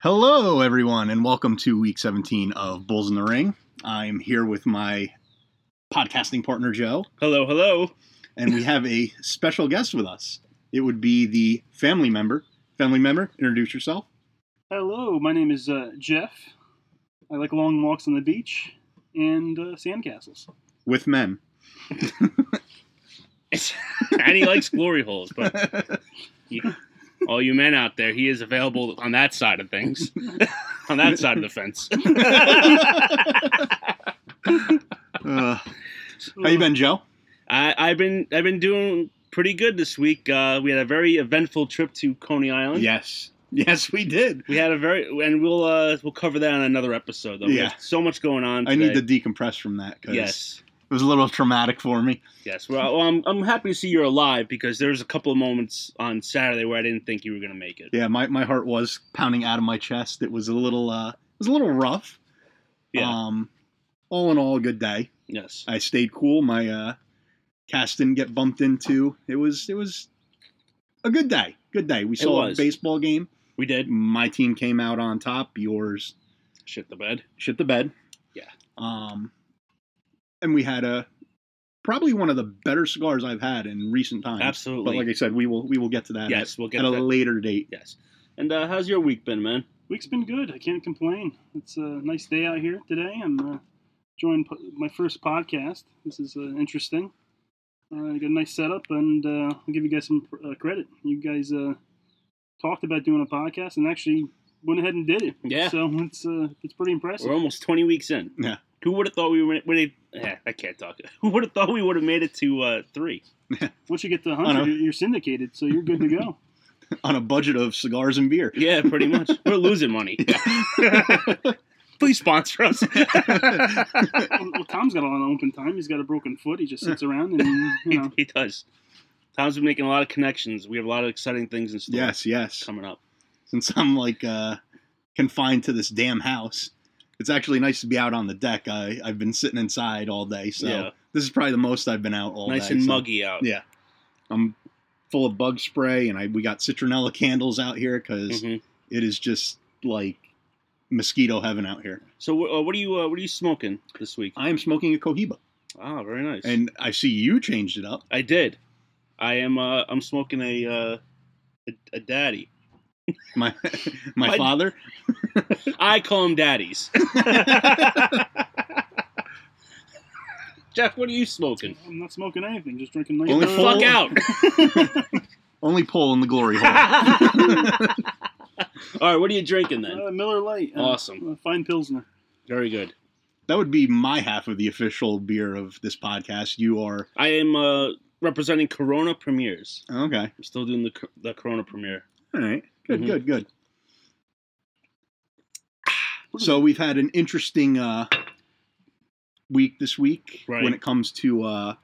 Hello, everyone, and welcome to week 17 of Bulls in the Ring. I'm here with my podcasting partner, Joe, Hello, hello. and we have a special guest with us. It would be the family member. Family member, introduce yourself. Hello, my name is uh, Jeff. I like long walks on the beach and uh, sandcastles. With men. and he likes glory holes. But all you men out there, he is available on that side of things, on that side of the fence. Uh, how you been, Joe? I, I've been I've been doing pretty good this week. Uh, we had a very eventful trip to Coney Island. Yes. Yes, we did. We had a very and we'll uh, we'll cover that on another episode. Though. Yeah. There's so much going on. I need to today. decompress from that because Yes, it was a little traumatic for me. yes. Well, well, I'm I'm happy to see you're alive because there was a couple of moments on Saturday where I didn't think you were gonna make it. Yeah, my, my heart was pounding out of my chest. It was a little uh, it was a little rough. Yeah. Um, all in all, a good day. Yes. I stayed cool. My uh, cast didn't get bumped into. It was it was a good day. Good day. We saw a was. baseball game. We did. My team came out on top. Yours Shit the bed. shit the bed. Yeah. Um, and we had a probably one of the better cigars I've had in recent times. Absolutely. But like I said, we will we will get to that yes, we'll at, get at a to that. later date. Yes. And uh, how's your week been, man? Uh, Week's been good. I can't complain. It's a nice day out here today. I'm uh, joined po- my first podcast. This is uh, interesting. Uh, I got a nice setup, and uh, I'll give you guys some uh, credit. You guys uh, talked about doing a podcast and actually went ahead and did it. Yeah. So it's uh, it's pretty impressive. We're almost 20 weeks in. Yeah. Who would have thought we would have. Eh, I can't talk. Who would have thought we would have made it to uh, three? Once you get to I know. 100, you're- you're syndicated, so you're good to go. On a budget of cigars and beer. Yeah, pretty much. We're losing money. Please sponsor us. well, well, Tom's got a lot of open time. He's got a broken foot. He just sits around and he, you know. he does. Tom's been making a lot of connections. We have a lot of exciting things in store Yes, yes. coming up. since I'm like uh, confined to this damn house. It's actually nice to be out on the deck. I, I've been sitting inside all day, so Yeah. this is probably the most I've been out all nice day. and so muggy out. Yeah. I'm full of bug spray, and I we got citronella candles out here because Mhm. is just like mosquito heaven out here. So, uh, what are you? Uh, what are you smoking this week? I am smoking a cohiba, Oh, very nice. and I see you changed it up. I did. I am. Uh, I'm smoking a uh, a, a daddy. My my My- father, I call them daddies. Jeff, what are you smoking? I'm not smoking anything. Just drinking nice. Only The beer. full- fuck out! only pole in the glory hole. All right, what are you drinking then? Uh, Miller Light. uh, Awesome. uh, fine Pilsner. Very good. that would be my half of the official beer of this podcast. You are I am uh, representing Corona premieres. okay. I'm still doing the cor- the Corona premiere. All right. Good, Mhm. good, good. So we've had an interesting uh, week this week Right. when it comes to uh,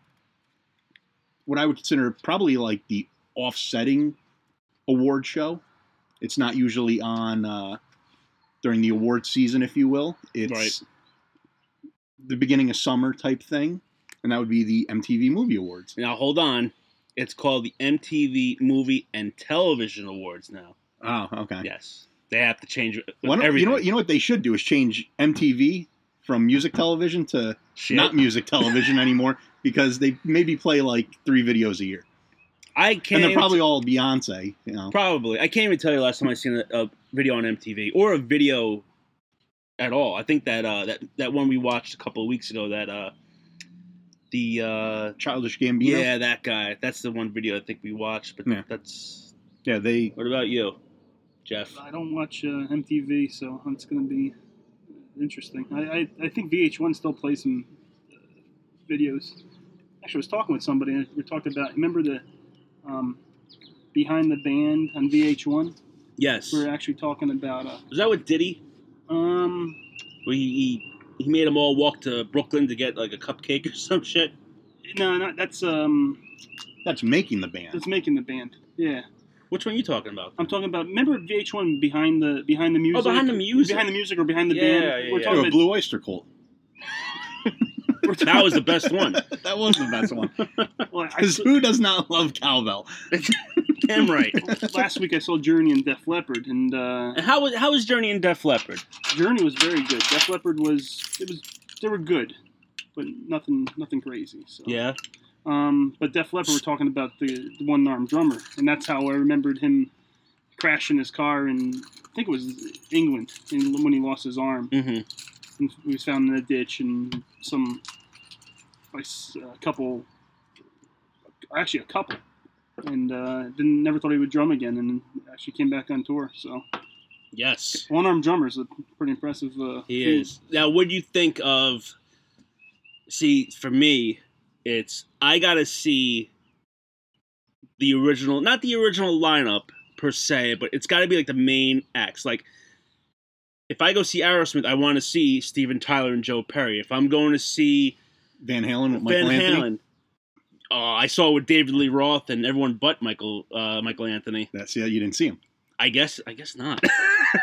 what I would consider probably like the offsetting award show. It's not usually on uh, during the award season, if you will. It's Right. the beginning of summer type thing, and that would be the MTV Movie Awards. Now hold on, it's called the MTV Movie and Television Awards now. Oh, Ah, okay. Yes, they have to change it- Why don't- everything. you know what? You know what they should do is change MTV from music television to Shit. not music television anymore because they maybe play like three videos a year, I can't. and they're even- probably all Beyonce. You know, Probably. I can't even tell you the last time I seen a, a video on MTV or a video at all. I think that uh, that that one we watched a couple of weeks ago. That uh, the uh, Childish Gambino. yeah, that guy. That's the one video I think we watched. But Yeah. that's. yeah. They What about you, Jeff? I don't watch uh, MTV, so it's going to be uh, interesting. I, I, I think VH1 still plays some uh, videos. Actually, I was talking with somebody, and we talked about. Remember the um, behind the band on VH1? Yes. We were actually talking about. Uh, Was that with Diddy? um, Where he, he he made them all walk to Brooklyn to get like a cupcake or some shit. no, not, that's um, that's making the band. that's making the band. Yeah. Which one are you talking about? I'm talking about. Remember VH1 behind the behind the music. Oh, behind the music. behind the music or behind the Yeah, band. yeah, We're yeah. Or talking a about Blue Oyster Cult. That was the best one. that was the best one. Well, I, Because who does not love cowbell? Damn right. last week I saw Journey and Def Leppard, and uh, And how was how was Journey and Def Leppard? Journey was very good. Def Leppard was it was they were good, but nothing nothing crazy. So. Yeah. Um, but Def Leppard were talking about the, the one armed drummer, and that's how I remembered him crashing his car in I think it was England in, when he lost his arm. hmm And he was found in a ditch, and some like s- a couple, actually a couple, and uh, didn't never thought he would drum again, and actually came back on tour. So Yes. one armed drummers a pretty impressive. Uh, He thing. is. Now, what do you think of? See, for me, it's I gotta see the original, not the original lineup per se, but it's gotta be like the main acts. Like, if I go see Aerosmith, I want to see Steven Tyler and Joe Perry. If I'm going to see Van Halen with Michael Van Anthony. Halen, uh, I saw with David Lee Roth and everyone but Michael uh, Michael Anthony. That's yeah, you didn't see him. I guess I guess not.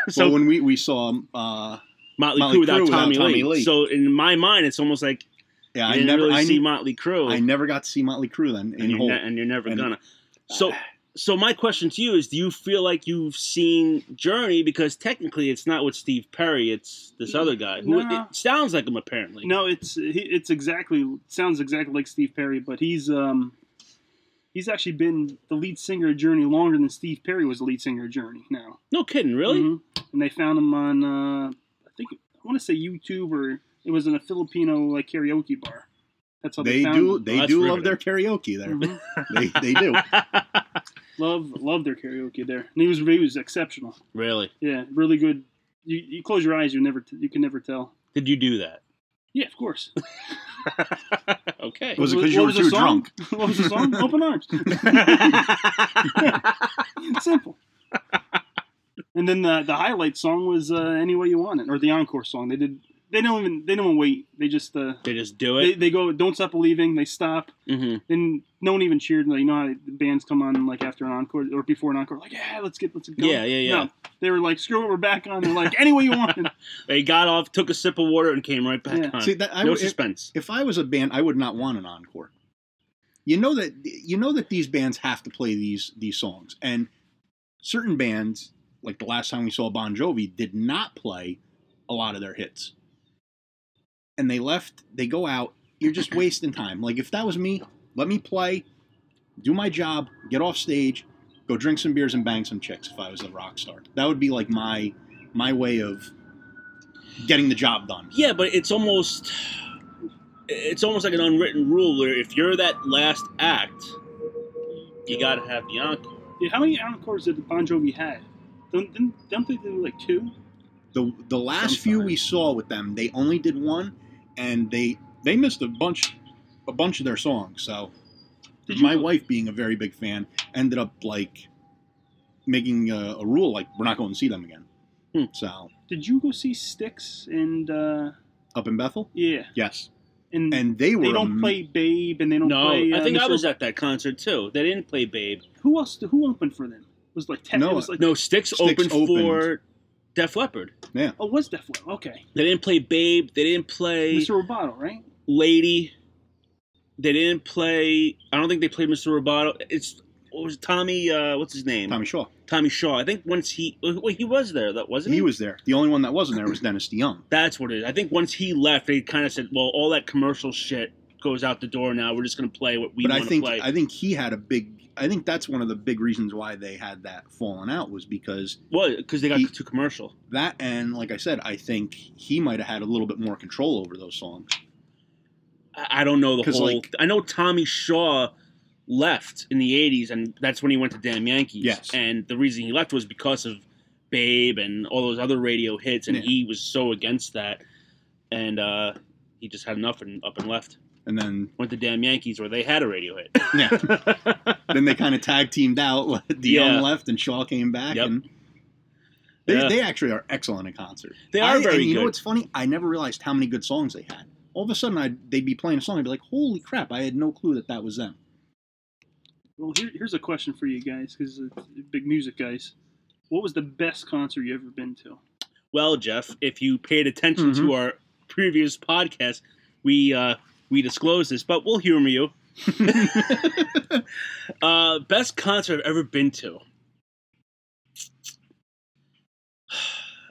So when we we saw him, uh, Motley, Motley Crue without, Crue without Tommy, Tommy Lee. Lee. So in my mind, it's almost like yeah, I you didn't never really I, see kn- Motley Crue, I never got to see Motley Crue then and, in you're whole. ne- and you're never and- gonna. So, so my question to you is: Do you feel like you've seen Journey? Because technically, it's not with Steve Perry; it's this other guy who No. it sounds like him. Apparently, No, it's he, it's exactly sounds exactly like Steve Perry, but he's um he's actually been the lead singer of Journey longer than Steve Perry was the lead singer of Journey now. no kidding, really. Mhm. And they found him on uh, I think I want to say YouTube or it was in a Filipino like karaoke bar. That's how they, they found do him. they That's do love their karaoke there. Mhm. they they do. Mm-hmm. love love their karaoke there. And he was he was exceptional. really? Yeah, really good. You, you close your eyes, you never t- you can never tell. Did you do that? Yeah, of course. okay. Was it What 'cause you were the too song? what was the song? Open arms. Simple. and then the the highlight song was uh, "Any Way You Want It" or the encore song. They did. They don't even. They don't wait. They just. Uh, they just do they, it. they go. Don't stop believing. They stop. hmm Then no one even cheered. Like you know how the bands come on like after an encore or before an encore. Like yeah, let's get let's get going. Yeah, yeah, yeah. No, they were like screw it, we're back on. They're like any way you want. It. They got off, took a sip of water, and came right back Yeah. on. See that I no would- if, suspense. if I was a band, I would not want an encore. You know that you know that these bands have to play these these songs, and certain bands, like the last time we saw Bon Jovi, did not play a lot of their hits, and they left. They go out. You're just wasting time. Like if that was me, let me play, do my job, get off stage, go drink some beers and bang some chicks. If I was a rock star, that would be like my my way of getting the job done. Yeah, but it's almost it's almost like an unwritten rule where if you're that last act, you gotta have the encore. Dude, how many encores did Bon Jovi had? Don't didn't- don't they do like two? The the last few we saw with them, they only did one, and they they missed a bunch a bunch of their songs. So Did you- my wife, being a very big fan, ended up like making a, a rule like we're not going to see them again. Hmm. So Did you go see Styx and uh, up in Bethel, yeah yes, and they were They don't am- play Babe, and they don't No, play. uh, I think I Mr. was at that concert too. They didn't play Babe. Who else? Who opened for them? It was like Ted. No, it was like No, Sticks, Styx opened, opened. for Def Leppard. Oh, was Def Leppard? Okay, They didn't play Babe. They didn't play Mr. Roboto, right? Lady. They didn't play. I don't think they played Mr. Roboto. It's what was it, Tommy? Uh, what's his name? Tommy Shaw. Tommy Shaw. I think once he well, he was there. That wasn't He was there. The only one that wasn't there was Dennis DeYoung. That's what it is. I think once he left, they kind of said, "Well, all that commercial shit goes out the door now. We're just going to play what we but want I to think play." I think he had a big. I think that's one of the big reasons why they had that falling out was because well, because they got he- too commercial. that and like I said, I think he might have had a little bit more control over those songs. I, I don't know the 'Cause, whole. like- I know Tommy Shaw left in the '80s, and that's when he went to Damn Yankees. Yes. And the reason he left was because of Babe and all those other radio hits, and Yeah. he was so against that, and uh, he just had enough and up and left. And then Went to Damn Yankees, where they had a radio hit. yeah, then they kind of tag teamed out. The Yeah. young left and Shaw came back, Yep. and they, Yeah. they actually are excellent in concert. they are I- very and you good. know what's funny? I never realized how many good songs they had. All of a sudden, I'd, they'd be playing a song. I'd be like, "Holy crap! I had no clue that that was them." Well, here, here's a question for you guys, because big music guys. What was the best concert you ever been to? Well, Jeff, if you paid attention to our previous podcast, we uh, we disclose this, but we'll humor you. uh, best concert I've ever been to.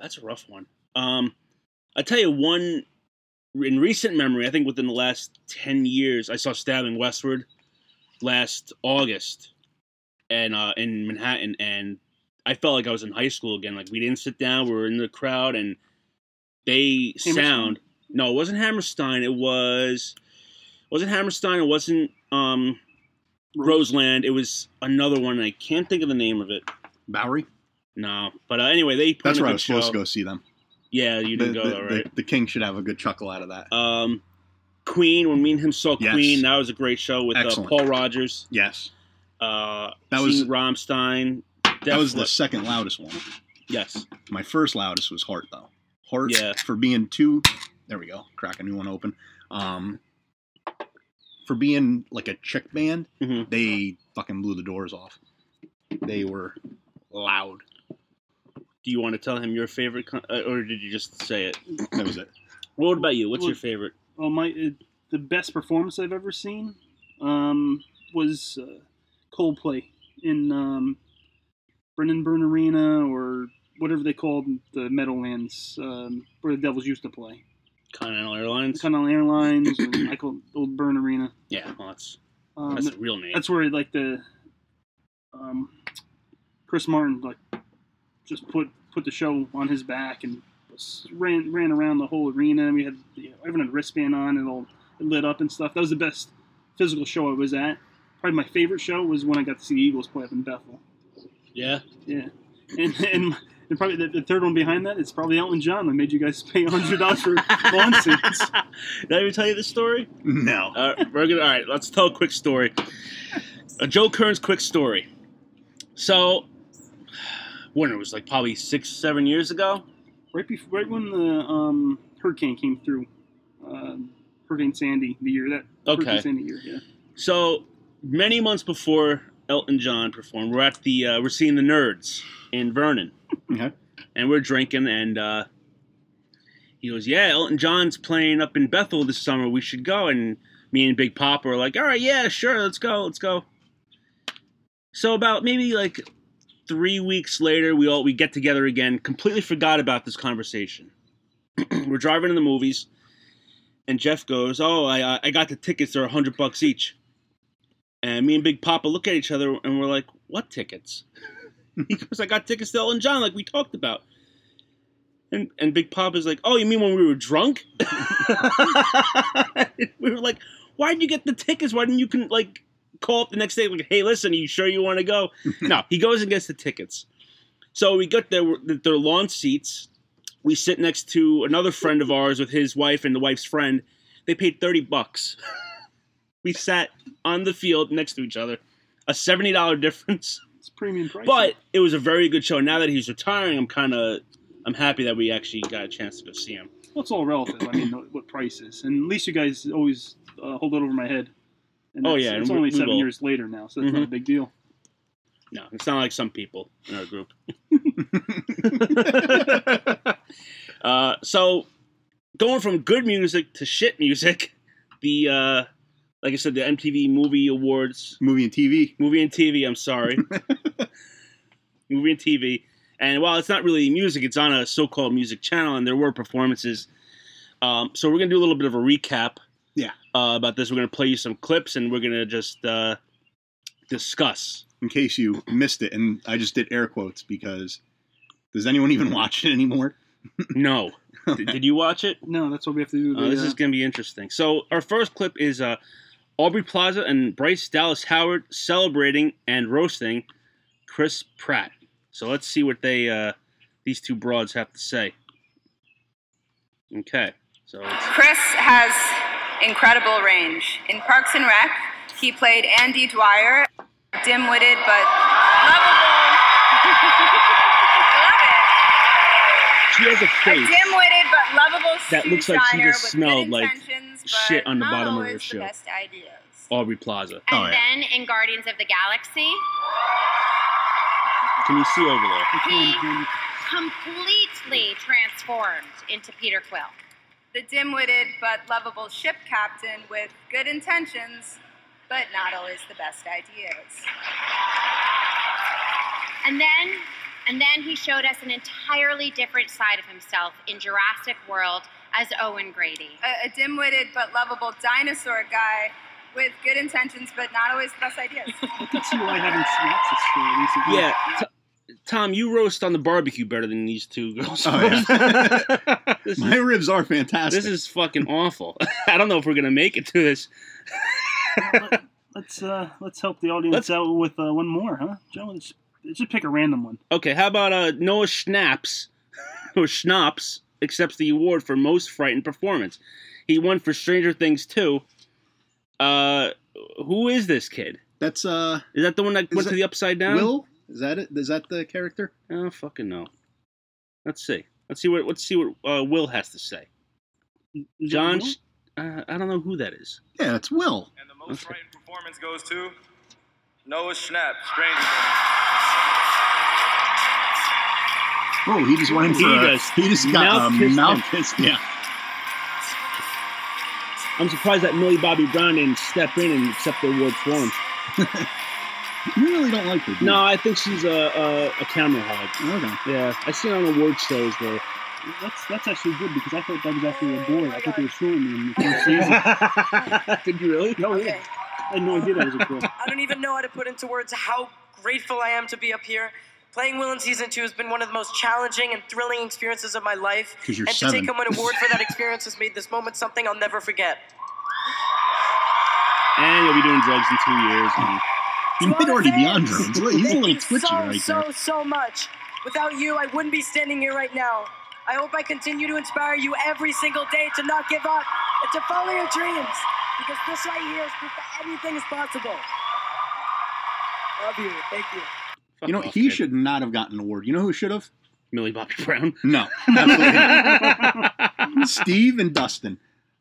That's a rough one. Um, I tell you one in recent memory. I think within the last ten years, I saw Stabbing Westward last August, and uh, in Manhattan, and I felt like I was in high school again. Like we didn't sit down, we were in the crowd, and they Hammerstein? sound. No, it wasn't Hammerstein. It was wasn't Hammerstein. It wasn't um, Roseland. It was another one. and I can't think of the name of it. Bowery. No, but uh, anyway, they put That's on where a I good was show. supposed to go see them. Yeah, you didn't the, go the, though, the- right? the king should have a good chuckle out of that. Um, Queen. When me and him saw Yes. Queen, that was a great show with uh, Excellent. Paul Rogers. yes, Uh, That was- Gene Rammstein. that was the Definitely. second loudest one. yes. My first loudest was Heart though. Heart Yeah. for being too. There we go. Crack a new one open. Um, for being like a chick band, Mhm. they fucking blew the doors off. They were loud. Do you want to tell him your favorite, con- uh, or did you just say it? That was it. What about you? What's Well- your favorite? Well, my uh, the best performance I've ever seen um, was uh, Coldplay in um, Brendan Byrne Arena or whatever they called the Meadowlands um, where the Devils used to play. Continental Airlines. Continental Airlines, or Michael Old Byrne Arena. yeah, well, Oh, that's Um, that's the real name. that's where like the um, Chris Martin like just put put the show on his back and s- ran ran around the whole arena. We had you know, everyone had wristband on and all it lit up and stuff. That was the best physical show I was at. Probably my favorite show was when I got to see the Eagles play up in Bethel. yeah. Yeah, and and. And probably the, the third one behind that is probably Elton John that made you guys pay hundred dollars for lawn seats. Did I ever tell you this story? No. Uh, we're gonna, all right, let's tell a quick story. A Joe Kern's quick story. So, when it was like probably six, seven years ago. right before, right when the um, hurricane came through, um, Hurricane Sandy, the year that Okay. Hurricane Sandy year, yeah. So many months before Elton John performed, we're at the uh, we're seeing the Nerds in Vernon, Okay. and we're drinking, and uh, he goes, "Yeah, Elton John's playing up in Bethel this summer. We should go." And me and Big Pop were like, "All right, yeah, sure, let's go, let's go." So about maybe like three weeks later, we all we get together again. Completely forgot about this conversation. we're driving to the movies, and Jeff goes, "Oh, I I got the tickets. They're a hundred bucks each." And me and Big Papa look at each other and we're like, "What tickets?" he goes, "I got tickets to Elton John, like we talked about." And and Big Papa's like, "Oh, you mean when we were drunk?" we were like, "Why did you get the tickets? Why didn't you can like call up the next day like, hey, listen, are you sure you want to go?" no, he goes and gets the tickets. So we get there, we're- their lawn seats. We sit next to another friend of ours with his wife and the wife's friend. They paid thirty bucks. we sat on the field next to each other. A seventy dollar difference, It's premium price. but it was a very good show. Now that he's retiring, I'm kind of I'm happy that we actually got a chance to go see him. well, it's all relative. I mean, what price is, and at least you guys always uh, hold it over my head. And Oh, that's- yeah, and it's we- only we seven will. Mm-hmm. years later now, so that's not a big deal. No, it's not like some people in our group. uh, so, going from good music to shit music, the uh, like I said, the MTV Movie Awards Movie and TV. movie and TV. I'm sorry, movie and TV. And while it's not really music, it's on a so-called music channel, and there were performances. Um, so we're gonna do a little bit of a recap. Yeah. Uh, about this, we're gonna play you some clips, and we're gonna just uh, discuss. In case you missed it, and I just did air quotes because does anyone even watch it anymore? No, did, did you watch it? No, that's what we have to do. Uh, the, this uh, is gonna be interesting. So our first clip is uh, Aubrey Plaza and Bryce Dallas Howard celebrating and roasting Chris Pratt. So let's see what they uh, these two broads have to say. Okay, so it's, Chris has incredible range. In Parks and Rec, he played Andy Dwyer, dim-witted but lovable. I she has a love it. A face. dim-witted but lovable That looks like she just smelled like shit on the bottom of her shoe. shoe. best ideas. Aubrey Plaza. Oh, And yeah. then in Guardians of the Galaxy, Can you see over there? he completely transformed into Peter Quill. the dim witted but lovable ship captain with good intentions, but not always the best ideas. And then, and then he showed us an entirely different side of himself in Jurassic World as Owen Grady. A, a dim witted but lovable dinosaur guy with good intentions, but not always the best ideas. I can see why I haven't watched this show recently. Yeah, T- Tom, you roast on the barbecue better than these two girls. Oh, yeah. this, My is, ribs are fantastic. this is fucking awful. I don't know if we're gonna make it to this. Let- let's uh, let's help the audience Let's- out with uh, one more, huh? Joe, let's, let's just pick a random one. Okay, how about uh, Noah Schnaps or Schnaps accepts the award for most frightened performance. He won for Stranger Things 2. Uh, who is this kid? That's uh, Is that the one that went it to the upside down? Will. Is that it? Is that the character? Oh fucking no. Let's see. Let's see what let's see what uh, Will has to say. Is it John, Will? Sh- uh, I don't know who that is. Yeah, it's Will. And the most Okay. frightened performance goes to Noah Schnapp, Stranger Things. Oh, he just went in He for a- does. he just got Mouth a kissed mouth him. kiss. Yeah. I'm surprised that Millie Bobby Brown didn't step in and accept the award for him. You really don't like her. do you? No, I think she's a a, a camera hog. Okay. Yeah, I see her on award shows where That's that's actually good because I thought that was actually a boy. I thought they were showing me in the first season. Did you really? No, yeah. I had no idea that was a girl. I don't even know how to put into words how grateful I am to be up here. Playing Will in season two has been one of the most challenging and thrilling experiences of my life. 'Cause you're and to seven. take home an award for that experience has made this moment something I'll never forget. And you'll be doing drugs in two years. And He might already be on Thanks. drugs. Look, He's a Thank little you twitchy so, right so, there. so much. Without you, I wouldn't be standing here right now. I hope I continue to inspire you every single day to not give up and to follow your dreams because this right here is proof that anything is possible. Love you. Thank you. Fuck You know, off, he kid. should not have gotten an award. You know who should have? Millie Bobby Brown. No. absolutely not. Steve and Dustin.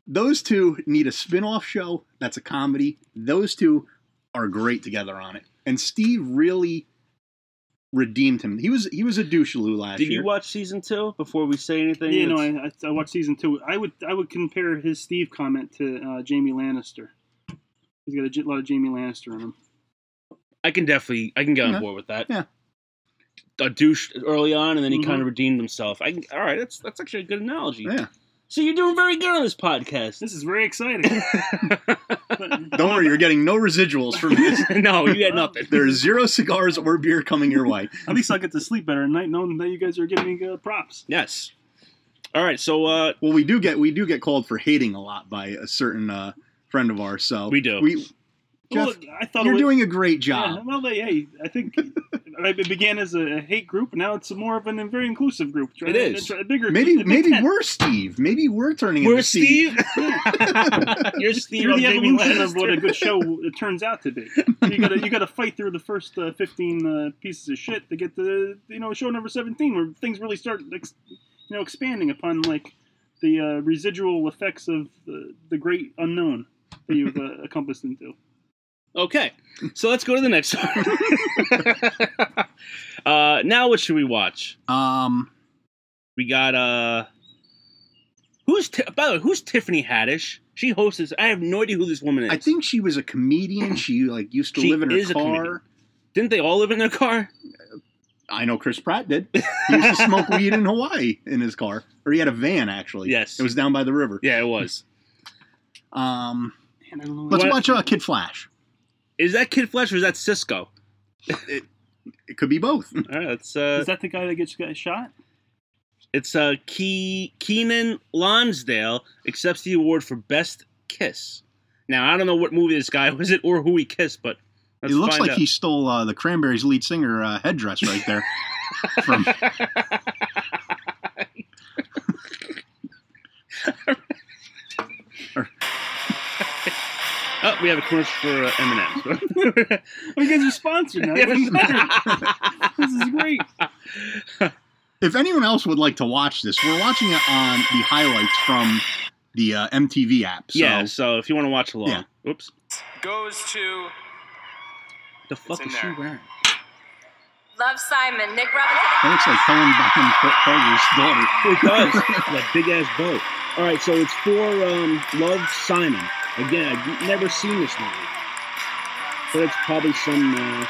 Those two need a spin off show that's a comedy. Those two are great together on it. And Steve really redeemed him. He was he was a doucheloo last Did year. you watch season two before we say anything? Yeah, no, It's- I, I- I watched season two. I would I would compare his Steve comment to uh, Jamie Lannister. He's got a j- lot of Jamie Lannister in him. I can definitely I can get on Yeah. board with that. Yeah. Mm-hmm. A douche early on, and then he Mhm. kind of redeemed himself. I can, all right, that's that's actually a good analogy. Yeah. So you're doing very good on this podcast. This is very exciting. But- Don't worry, you're getting no residuals from this. no, you had nothing. There's zero cigars or beer coming your way. At least I'll get to sleep better at night knowing that you guys are giving me uh, props. Yes. All right, so uh, Well, we do get we do get called for hating a lot by a certain uh, friend of ours. So We do. We, Jeff, Look, I thought it you're was- doing a great Yeah, job. well, they, hey, I think it began as a hate group. Now it's more of an very inclusive group. Try It to- is. try to bigger. Maybe it makes maybe sense. we're Steve. Maybe we're turning we're into Steve. Steve. you're Steve. You're on the Jamie evolution of what a Lannister. good show it turns out to be. You gotta you gotta fight through the first uh, fifteen uh, pieces of shit to get to you know show number seventeen where things really start ex- you know expanding upon like the uh, residual effects of the, the great unknown that you've uh, encompassed into. Okay, so let's go to the next one. uh, now, what should we watch? Um, We got uh, who's Ti- by the way, who's Tiffany Haddish? She hosts this. I have no idea who this woman is. I think she was a comedian. She like used to She live in her is a comedian. car. Didn't they all live in their car? I know Chris Pratt did. He used to smoke weed in Hawaii in his car, or he had a van actually. Yes. it was down by the river. Yeah, it was. Um, Man, I don't know let's What- watch uh, Kid Flash. Is that Kid Flash or is that Cisco? All It could be both. right, that's uh, Is that the guy that gets got shot? it's uh, Ke- Keenan Lonsdale accepts the award for best kiss. Now I don't know what movie this guy was it or who he kissed, but let's it looks find like he stole uh, the Cranberries lead singer uh, headdress right there. From out. Oh, we have a commercial for uh, Eminem. Oh, you guys are sponsored now. Even better. this is great. if anyone else would like to watch this, we're watching it on the highlights from the uh, MTV app. So yeah, so if you want to watch along, Yeah. oops, Goes to the fuck in is she there. wearing? Love Simon. Nick Robinson. That looks like Helen Bonham Carter's daughter. It does. that big ass boat. All right, so it's for um, Love Simon. Again, I've never seen this movie, but it's probably some uh,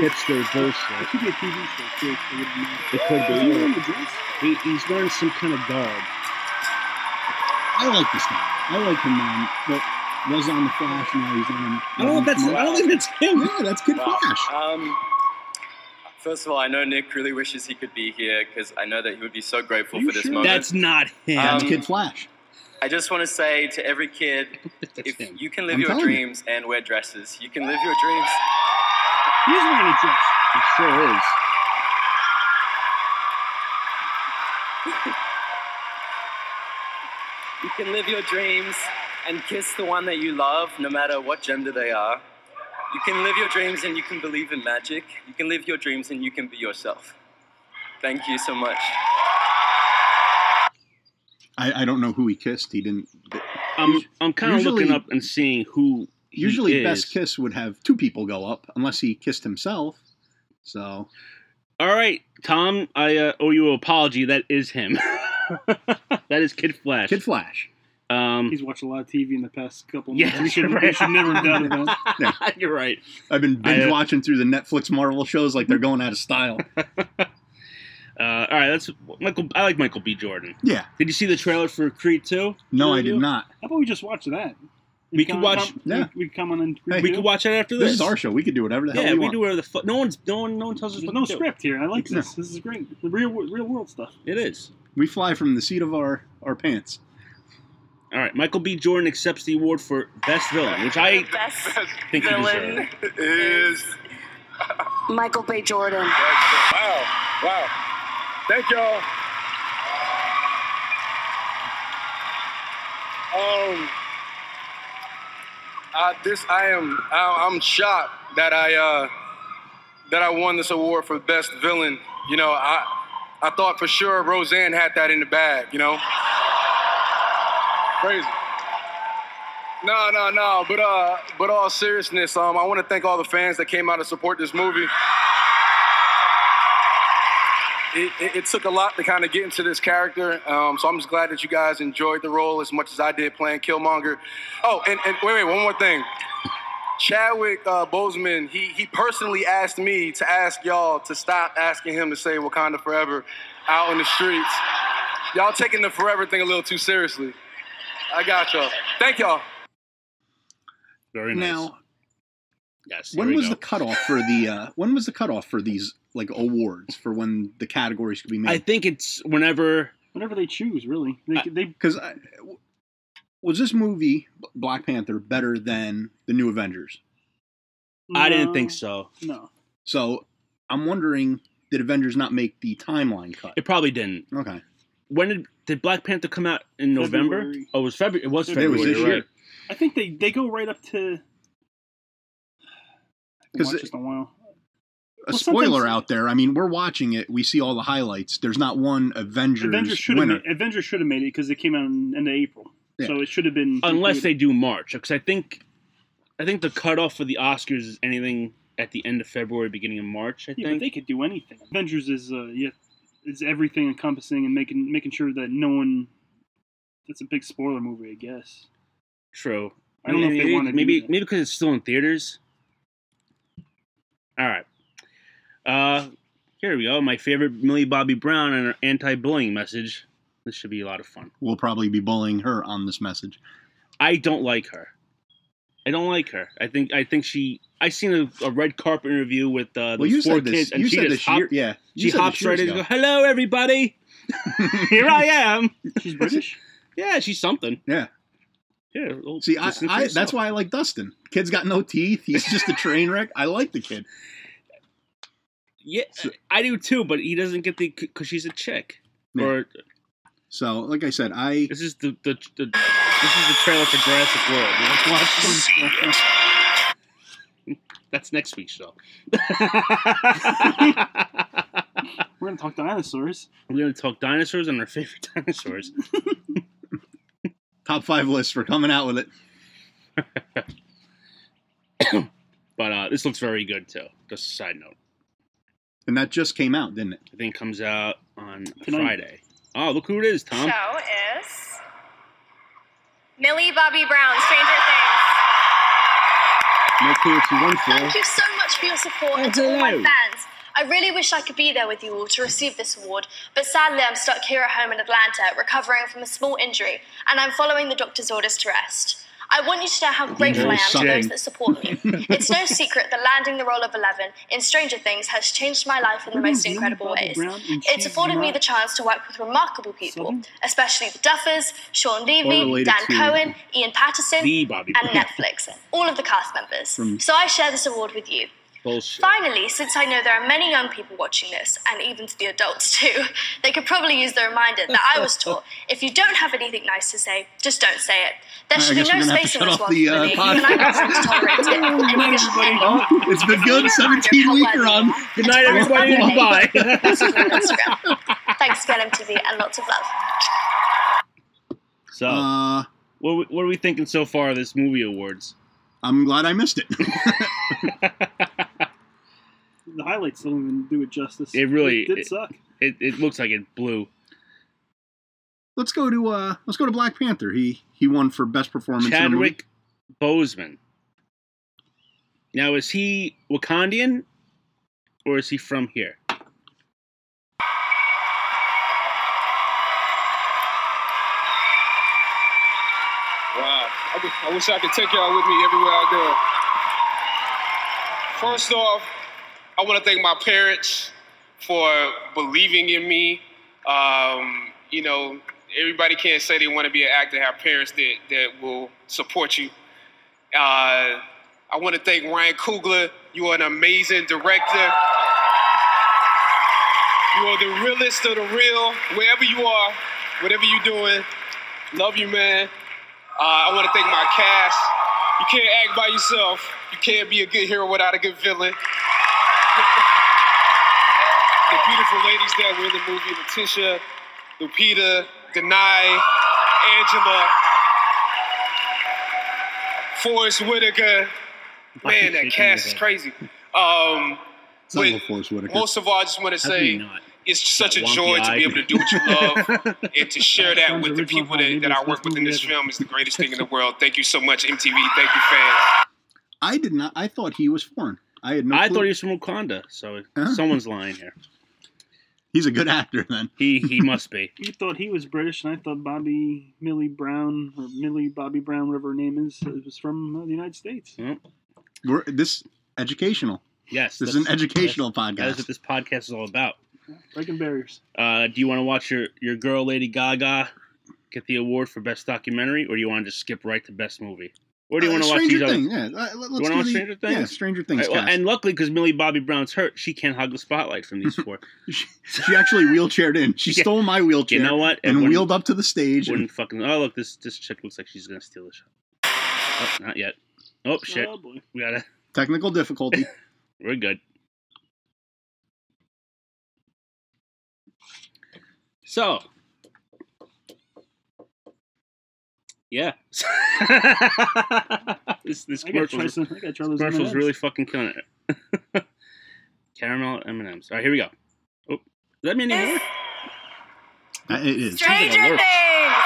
hipster It bullshit. could be a TV show too. if It wouldn't matter. It could Is he wearing be. the dress? He, he's wearing some kind of garb. I like this guy. I like him, man. But was on the Flash, now he's on. I don't know if that's. I don't think that's him. Yeah, that's good Wow. Flash. Um, first of all, I know Nick really wishes he could be here because I know that he would be so grateful Are you for this sure? moment. That's not him. That's um, Kid Flash. I just want to say to every kid, if him. you can live I'm your telling you. dreams and wear dresses, you can live your dreams. He's wearing a dress. He sure is. You can live your dreams and kiss the one that you love, no matter what gender they are. You can live your dreams and you can believe in magic. You can live your dreams and you can be yourself. Thank you so much. I, I don't know who he kissed. He didn't. I'm. I'm kind of Usually- looking up and seeing who. he Usually, is. best kiss would have two people go up, unless he kissed himself. So All right, Tom. I uh, owe you an apology. That is him. that is Kid Flash. Kid Flash. um, He's watched a lot of TV in the past couple months. Yeah, we should, right. we should never have doubted that. No. You're right. I've been binge I, uh, watching through the Netflix Marvel shows like they're going out of style. Uh, all right, that's Michael. I like Michael B. Jordan. Yeah. Did you see the trailer for Creed 2? No, I Review? did not. How about we just watch that? We could come- watch- come- yeah. We, we come on and Hey. We review. could watch it after this. This is our show. We could do whatever the hell yeah, we, we want. do whatever the fuck. No one's no one no one tells us There's what no to script here. I like No. this. This is great. The real real world stuff. Do. It is. We fly from the seat of our, our pants. All right, Michael B. Jordan accepts the award for best villain, which I Best think he deserves. villain. Is Michael Bay Jordan. wow, wow. Thank y'all. Um, I, this I am. I, I'm shocked that I uh, that I won this award for best villain. You know, I I thought for sure Roseanne had that in the bag. You know, crazy. No, no, no. But uh, but all seriousness, um, I want to thank all the fans that came out to support this movie. It, it, it took a lot to kind of get into this character, um, so I'm just glad that you guys enjoyed the role as much as I did playing Killmonger. Oh, and, and wait, wait, one more thing. Chadwick uh, Boseman, he he personally asked me to ask y'all to stop asking him to say Wakanda Forever out in the streets. Y'all taking the Forever thing a little too seriously. I got y'all. Thank y'all. Very nice. Now, yes. when here we was go. the cutoff for the uh, when was the cutoff for these like awards for when the categories could be I made? think it's whenever. Whatever they choose, really. They, I- they Because was this movie B- Black Panther better than the New Avengers? I didn't No, think so. No. So I'm wondering, did Avengers not make the timeline cut? It probably didn't. Okay, When did did Black Panther come out in November? February. Oh, it was February. It was It February. was this you're year. right. I think they, they go right up to. I Because watched it- this in a while. a Well, sometimes- spoiler out there. I mean, we're watching it. We see all the highlights. There's not one Avengers, Avengers should have winner. made, Avengers should have made it because it came out in end of April, Yeah. so it should have been Unless they do March, because I think, I think the cutoff for the Oscars is anything at the end of February, beginning of March. I Yeah, think. but they could do anything. Avengers is uh, yeah, is everything encompassing and making making sure that no one. That's a big spoiler movie, I guess. True. I don't know if they Maybe- want to Maybe do that. maybe because it's still in theaters. All right. Uh, here we go. My favorite Millie Bobby Brown and her anti-bullying message. This should be a lot of fun. We'll probably be bullying her on this message. I don't like her. I don't like her. I think I think she. I seen a, a red carpet interview with uh, those Well, you four said this. kids, and you she said just this year. hopped, Yeah, she hops right in and goes, "Hello, everybody. Here I am." She's British. Yeah, she's something. Yeah. Yeah. well, See, I, listen for I yourself. that's why I like Dustin. Kid's got no teeth. He's just a train wreck. I like the kid. Yeah, I do too, but he doesn't get the because she's a chick. Yeah. Or So, like I said, I this is the, the the this is the trailer for Jurassic World. Let's watch this. That's next week's show. We're gonna talk dinosaurs. We're gonna talk dinosaurs and our favorite dinosaurs. top five list for coming out with it. But uh, this looks very good too. Just a side note. And that just came out, didn't it? I think it comes out on Tonight. Friday. Oh, look who it is, Tom. Show is Millie Bobby Brown, Stranger Things. No clue what you won for. Thank you so much for your Oh, support and to all my fans. I really wish I could be there with you all to receive this award, but sadly I'm stuck here at home in Atlanta recovering from a small injury and I'm following the doctor's orders to rest. I want you to know how grateful I am to those that support me. it's no secret that landing the role of Eleven in Stranger Things has changed my life in the most incredible Millie Bobby Brown ways. and It's she's afforded me not the chance to work with remarkable people, Southern? especially the Duffers, Sean Or Levy, related Dan to- Cohen, Ian Patterson, The Bobby and Netflix, all of the cast members. Hmm. So I share this award with you. Bullshit. Finally, since I know there are many young people watching this, and even to the adults too, they could probably use the reminder that I was taught if you don't have anything nice to say, just don't say it. There I should be guess we're no gonna have to space in shut this off world the, for uh, me, and I'm not going to tolerate it. And neither should anyone. It's been good. It's a reminder 17 how week run. worthy you are. Good night, It's everybody. Monday. Bye bye. This is on Instagram. Thanks again, MTV, and lots of love. so, Uh, what, are we, what are we thinking so far of this movie awards? I'm glad I missed it. The highlights don't even do it justice. It really- it did it- suck. It, it looks like it blew. let's go to uh, let's go to Black Panther. He he won for best performance. in a movie. Chadwick Boseman. Now, is he Wakandian or is he from here? Wow. I, w- I wish I could take y'all with me everywhere I go. First off, I want to thank my parents for believing in me. Um, you know, everybody can't say they want to be an actor, have parents that, that will support you. Uh, I want to thank Ryan Coogler. You are an amazing director. You are the realest of the real. Wherever you are, whatever you're doing, love you, man. Uh, I want to thank my cast. You can't act by yourself. You can't be a good hero without a good villain. the beautiful ladies that were in the movie Letitia, Lupita, Denai, Angela, Forrest Whitaker. Man, that cast is crazy. Um, It's not Wait, about Forrest Whitaker. most of all, I just want to How can you say not? it's such a That joy to wonky-eyed be able to do what you love and to share that Sounds with the original people Hollywood. that, that I It's work best with in movie this ever. film is the greatest thing in the world. Thank you so much, MTV. Thank you, fans. I did not. I thought he was foreign. I had no. I clue. thought he was from Wakanda, so Huh? someone's lying here. he's a good actor. Then He he must be. You thought he was British, and I thought Bobby Millie Brown or Millie Bobby Brown, whatever her name is, uh, was from uh, the United States. We're, this educational. Yes, This is an that's- educational That is what podcast. this podcast is all about. Breaking barriers. Uh, do you want to watch your, your girl, Lady Gaga, get the award for best documentary, or do you want to just skip right to best movie? Or do you Uh, want to watch Stranger these other? Things? Yeah, uh, let's wanna do watch the- Stranger Things? Yeah, Stranger All Things. right, well, cast. and luckily, because Millie Bobby Brown's hurt, she can't hog the spotlight from these four. she actually wheelchaired in. She Yeah. stole my wheelchair you know what? and wouldn't- wheeled up to the stage. and- wouldn't fucking. Oh look, this this chick looks like she's gonna steal the shot. Oh, not yet. Oh shit, Oh boy. we gotta. technical difficulty. We're good. So, yeah, this this I gotta commercial try some. I gotta try those. commercials M&Ms. really fucking killing it. Caramel M and M's. All right, here we go. Oh, is that me anymore? Uh, it is. Sounds like Stranger a Things!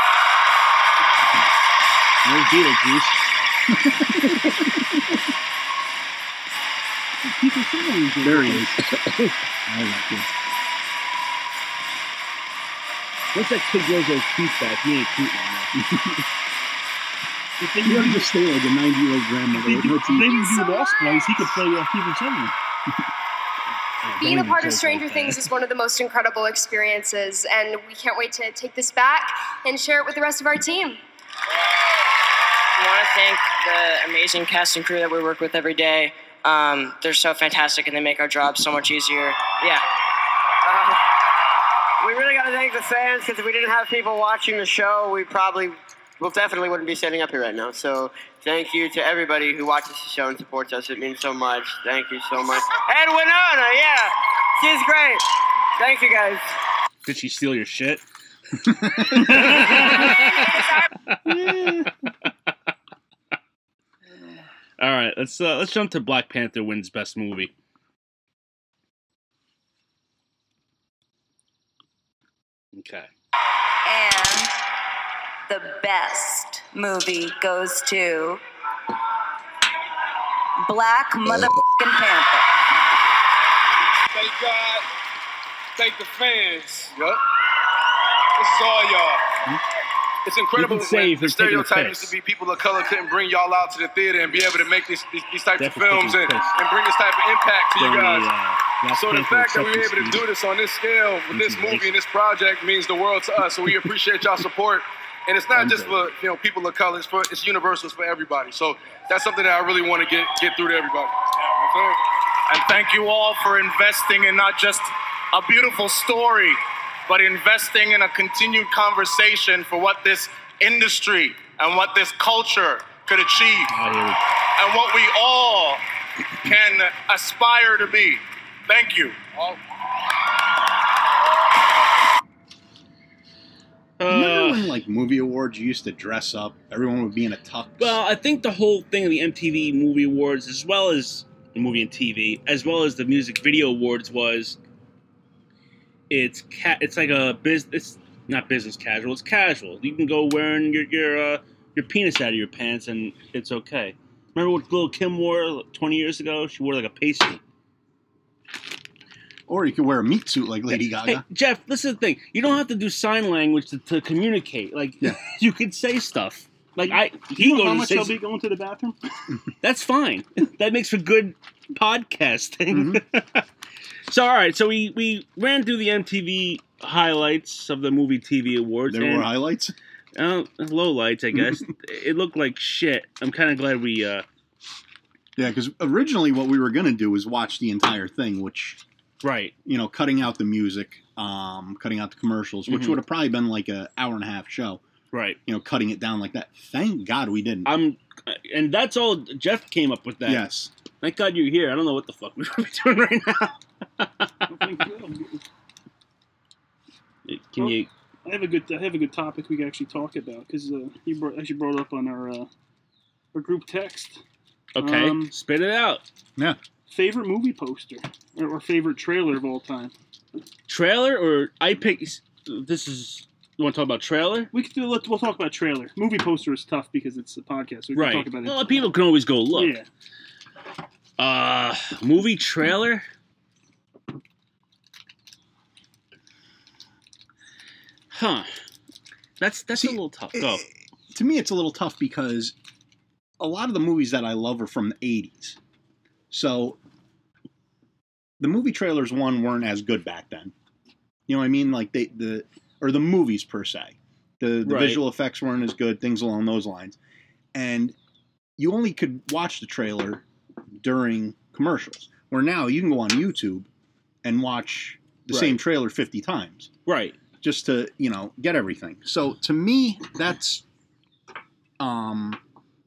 No Beetlejuice. There he is. I like it. Once that kid grows those teeth back, he ain't cute no If they You you ought to just stay like a 90 year old grandmother with if no they could- if they teeth. didn't do Lost Boys, he could play uh, Stephen Children. more. Being a part of Stranger Things is one of the most incredible experiences, and we can't wait to take this back and share it with the rest of our team. I want to thank the amazing cast and crew that we work with every day. Um, they're so fantastic and they make our job so much easier. Yeah. Um, we really got to thank the fans because if we didn't have people watching the show, we probably, well, definitely wouldn't be standing up here right now. So thank you to everybody who watches the show and supports us. It means so much. Thank you so much. And Winona, yeah, she's great. Thank you guys. Did she steal your shit? All right, let's uh, let's jump to Black Panther wins best movie. Okay. And the best movie goes to Black Motherfucking Panther. Thank God. Thank the fans. Yup. This is all y'all. It's incredible You can say when if they're the taking a stereotype piss. used to be people of color couldn't bring y'all out to the theater and be able to make these these, these types Definitely of films taking a and, piss. and bring this type of impact to you During the, guys. uh, Black so the Panther fact that we were acceptance able to speech. do this on this scale with this movie and this project means the world to us. So we appreciate y'all support. And it's not just for you know people of color; it's for it's universal, it's for everybody. So that's something that I really want to get get through to everybody. And thank you all for investing in not just a beautiful story, but investing in a continued conversation for what this industry and what this culture could achieve and what we all can aspire to be. Thank you. Uh, Remember when, like, movie awards, you used to dress up? Everyone would be in a tux. Well, I think the whole thing of the MTV Movie Awards, as well as the movie and TV, as well as the Music Video Awards, was it's ca- it's like a business, not business casual. It's casual. You can go wearing your your uh, your penis out of your pants, and it's okay. Remember what Lil Kim wore like, 20 years ago? She wore like a pasty. Or you could wear a meat suit like Lady Hey, Gaga. Jeff, this is the thing. You don't have to do sign language to, to communicate. Like, you could say stuff. Like, I he you goes know how and much says- I'll be going to the bathroom? That's fine. that makes for good Mm-hmm. podcasting. Mm-hmm. so all right, so we we ran through the MTV highlights of the movie TV awards. There were highlights. Uh, low lights, I guess. Mm-hmm. it looked like shit. I'm kind of glad we. uh Yeah, because originally what we were gonna do was watch the entire thing, which, right, you know, cutting out the music, um, cutting out the commercials, which Mhm. would have probably been like an hour and a half show. Right. You know, cutting it down like that. Thank God we didn't. I'm, and that's all Jeff came up with that. Yes. Thank God you're here. I don't know what the fuck we're doing right now. Oh, Can you? I have a good I have a good topic we can actually talk about because uh, you brought, actually brought up on our uh, our group text. Okay, Um, spit it out. Yeah. Favorite movie poster or, or favorite trailer of all time. Trailer or I pick. This is. You want to talk about trailer? We can do. Let's, we'll talk about trailer. Movie poster is tough because it's a podcast. So we right. can talk about it. Well, people can always go look. Yeah. Uh, movie trailer. Huh. That's that's a little tough. Oh, Go. to me it's a little tough because a lot of the movies that I love are from the 80s. So the movie trailers one weren't as good back then. You know what I mean? Like they the or the movies per se. The, the Right. visual effects weren't as good, things along those lines. And you only could watch the trailer during commercials. Where now you can go on YouTube and watch the Right. same trailer 50 times Right. just to you know get everything. So to me, that's um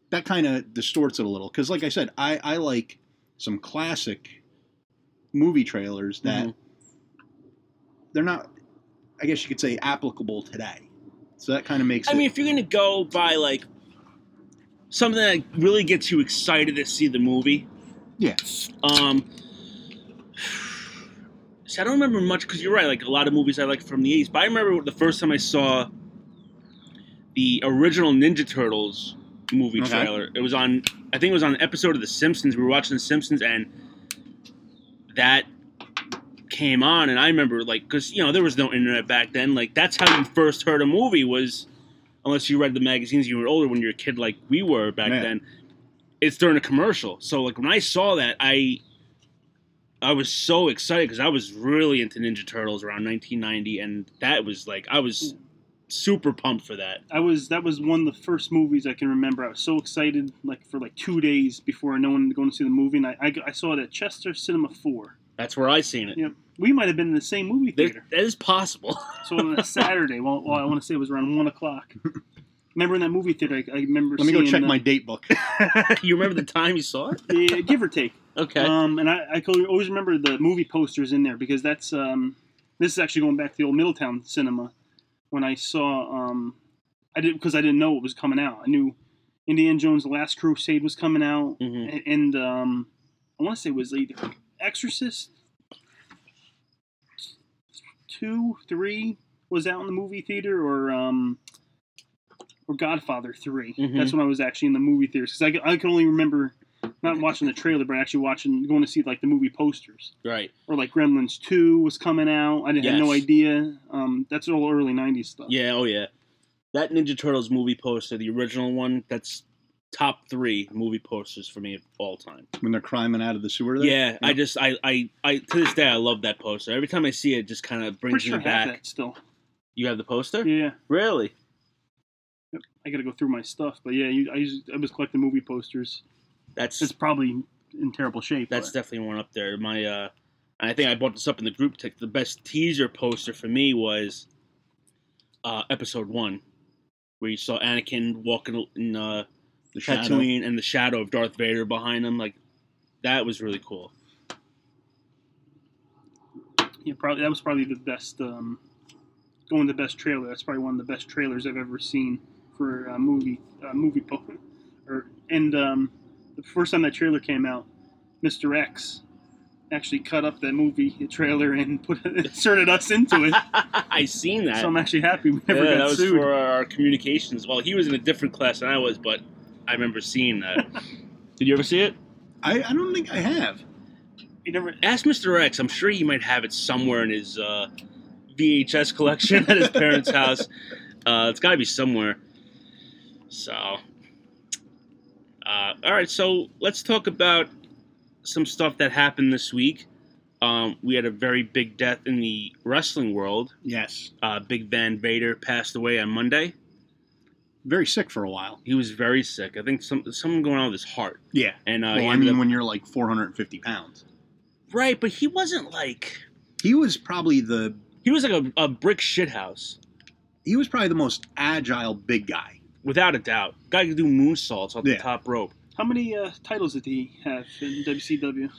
that kind of distorts it a little because, like I said, I I like some classic movie trailers that Mm-hmm. they're not, I guess you could say, applicable today. So that kind of makes I it. mean, if you're gonna go by like something that really gets you excited to see the movie, yeah. Um, see, I don't remember much because you're right. Like a lot of movies I like from the '80s, but I remember the first time I saw the original Ninja Turtles movie Okay. trailer. It was on, I think it was on an episode of The Simpsons. We were watching The Simpsons, and that came on, and I remember like because you know there was no internet back then. Like that's how you first heard a movie was. Unless you read the magazines, you were older when you were a kid, like we were back Yeah. then. It's during a commercial, so like when I saw that, I I was so excited because I was really into Ninja Turtles around 1990, and that was like I was super pumped for that. I was that was one of the first movies I can remember. I was so excited, like for like two days before knowing going to see the movie, and I, I, I saw it at Chester Cinema Four. That's where I seen it. You know, we might have been in the same movie theater. that is possible. so on a Saturday, well, well I want to say it was around one o'clock. Remember in that movie theater? I, I remember. Let me go seeing, check uh, my date book. you remember the time you saw it? Yeah, give or take. Okay. Um, and I, I can always remember the movie posters in there because that's um, this is actually going back to the old Middletown cinema when I saw um, I did because I didn't know what was coming out. I knew Indiana Jones: The Last Crusade was coming out, Mm-hmm. and, and um, I want to say it was either Exorcist two, three, was out in the movie theater or um, or Godfather 3 Mhm. That's when I was actually in the movie theater because I, c- I can only remember not watching the trailer, but actually watching going to see like the movie posters Right. or like Gremlins Two was coming out. I didn't have no Yes. idea. Um, that's all early '90s stuff. Yeah, oh yeah. That Ninja Turtles movie poster, the original one, that's top three movie posters for me of all time. when they're climbing out of the sewer. There. Yeah, I just I, I I to this day I love that poster. Every time I see it, it just kind of brings Pretty sure me I have back. that still. You have the poster? Yeah, Really? I got to go through my stuff, but yeah, you, I used, I was collecting movie posters. That's it's probably in terrible shape. That's definitely one up there. My uh and I think I brought this up in the group text. The best teaser poster for me was uh episode 1 where you saw Anakin walking in uh the shadow. Tatooine and the shadow of Darth Vader behind him like that was really cool. Yeah, probably that was probably the best. Um, going the best trailer. That's probably one of the best trailers I've ever seen for a movie. A movie po- or and um, the first time that trailer came out, Mr. X actually cut up that movie trailer and put inserted us into it. I seen that. So I'm actually happy we never yeah, got that was sued. for our communications. Well, he was in a different class than I was, but I remember seeing that. Did you ever see it? I, I don't think I have. You never ask Mr. X. I'm sure he might have it somewhere in his uh, VHS collection at his parents' house. Uh, it's got to be somewhere. So, uh, all right. So let's talk about some stuff that happened this week. Um, we had a very big death in the wrestling world. Yes. Uh, big Van Vader passed away on Monday. Very sick for a while. He was very sick. I think some something going on with his heart. Yeah. And uh, well, he I ended mean, up- when you're like 450 pounds, right, but he wasn't like he was probably the he was like a, a brick shithouse. he was probably the most agile big guy. Without a doubt. Guy could do moonsaults off Yeah. the top rope. How many uh, titles did he have in WCW?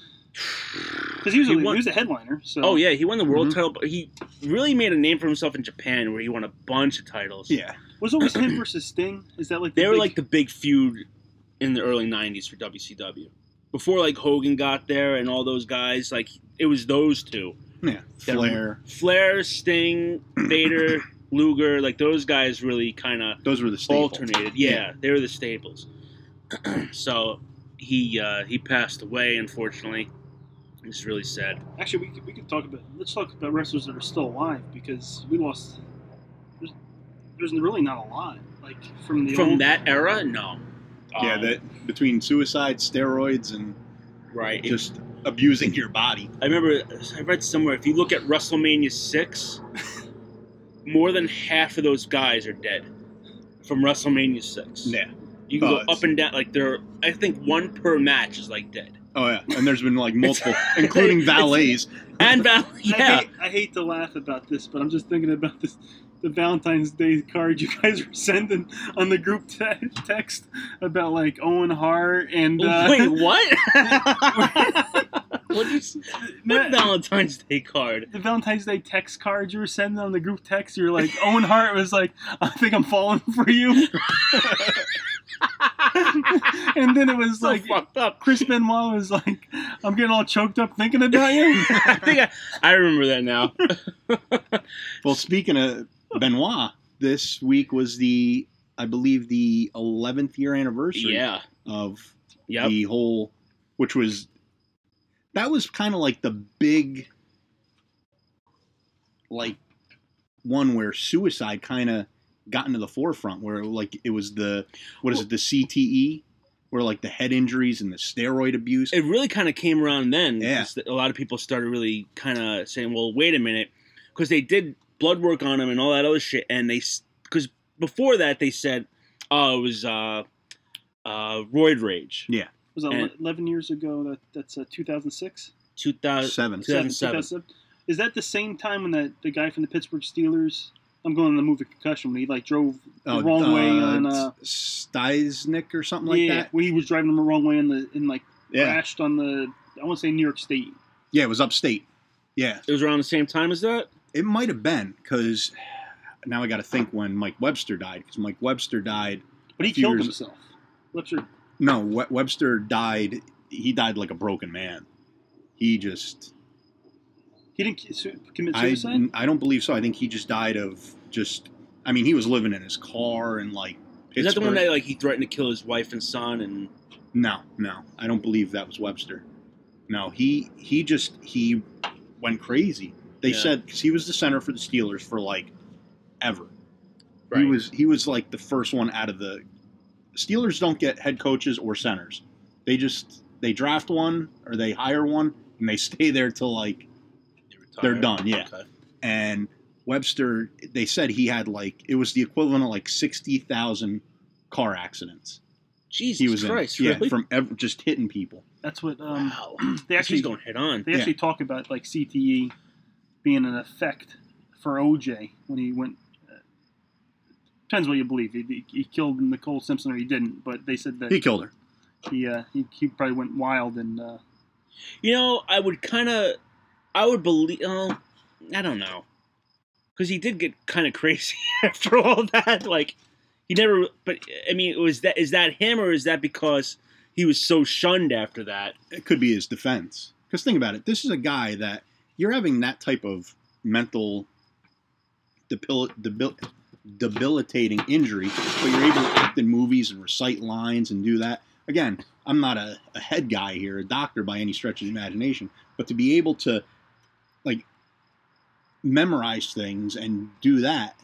Because he was He a, won- he was a headliner. So Oh yeah, he won the world title, but he really made a name for himself in Japan where he won a bunch of titles. Yeah. was always him versus Sting. Is that like the They were big- like the big feud in the early nineties for WCW. Before like Hogan got there and all those guys, like it was those two. Yeah. that- Flair. Flair, Sting, Vader, Luger, like those guys really kinda Those were the staples. alternated. Yeah, they were the staples. so he uh, he passed away unfortunately. It's really sad. Actually, we could, we could talk about let's talk about wrestlers that are still alive because we lost. There's, there's really not a lot like from the From old, that era, no. yeah. Um, That between suicide, steroids, and right. It- just abusing your body. I remember I read somewhere if you look at WrestleMania six, more than half of those guys are dead from WrestleMania six. Yeah. You can Oh, go it's- up and down like there. I think one per match is like dead. Oh yeah. And there's been like multiple, including It's- valets. And Val, I, yeah, hate, I hate to laugh about this, but I'm just thinking about this. The Valentine's Day card you guys were sending on the group te- text about like Owen Hart and uh, Oh, Wait, what? what, is, what Valentine's Day card? the Valentine's Day text cards you were sending on the group text. You were like, Owen Hart was like, I think I'm falling for you. and then it was So like, fucked up. Chris Benoit was like, I'm getting all choked up thinking about you. I think I, I remember that now. Well, speaking of Benoit, this week was the, I believe, the 11th year anniversary yeah. of Yep. the whole, which was that was kind of like the big, like one where suicide kind of got into the forefront, where like it was the what is it the CTE, where like the head injuries and the steroid abuse. it really kind of came around then. Yeah. 'cause A lot of people started really kind of saying, "Well, wait a minute," because they did blood work on him and all that other shit, and they because before that they said, "Oh, it was uh, uh, roid rage." was that And- 11 years ago? That That's uh, 2006? uh, 2000, Seven. 2007. Is that the same time when that the guy from the Pittsburgh Steelers? I'm going on the movie concussion when he like drove the Oh, wrong way uh, on uh, Steisnick or something like yeah that. when he was driving the wrong way in the in like Yeah, crashed on the I want to say New York State. yeah, it was upstate. Yeah, It was around the same time as that. It might have been because now I got to think when Mike Webster died because Mike Webster died. But he a few killed years- himself. Webster, No, we- Webster died. He died like a broken man. He just He didn't ki- su- commit I, suicide. I don't believe so. I think he just died of just. I mean, he was living in his car and like. Is that the one Pittsburgh. that like he threatened to kill his wife and son and No, no, I don't believe that was Webster. No, he he just he went crazy. They Yeah. said because he was the center for the Steelers for like ever. Right. He was he was like the first one out of the Steelers don't get head coaches or centers. They just they draft one or they hire one and they stay there till like they're done. Yeah. Okay. And Webster, they said he had like it was the equivalent of like sixty thousand car accidents. Jesus he was Christ, in, really? yeah, from ev- just hitting people. That's what um, they He's actually going head on. They Yeah. actually talk about like CTE being an effect for OJ when he went. uh, Depends what you believe. He- He, he killed Nicole Simpson or he didn't, but they said that He killed her. He uh, he, he probably went wild and uh, You know, I would kind of, I would believe. Oh, I don't know, because he did get kind of crazy after all that. Like, he never. But I mean, was that is that him or is that because he was so shunned after that? it could be his defense. Because think about it, this is a guy that you're having that type of mental debil- debil- debilitating injury, but you're able to act in movies and recite lines and do that. Again, I'm not a, a head guy here, a doctor by any stretch of the imagination, but to be able to like memorize things and do that,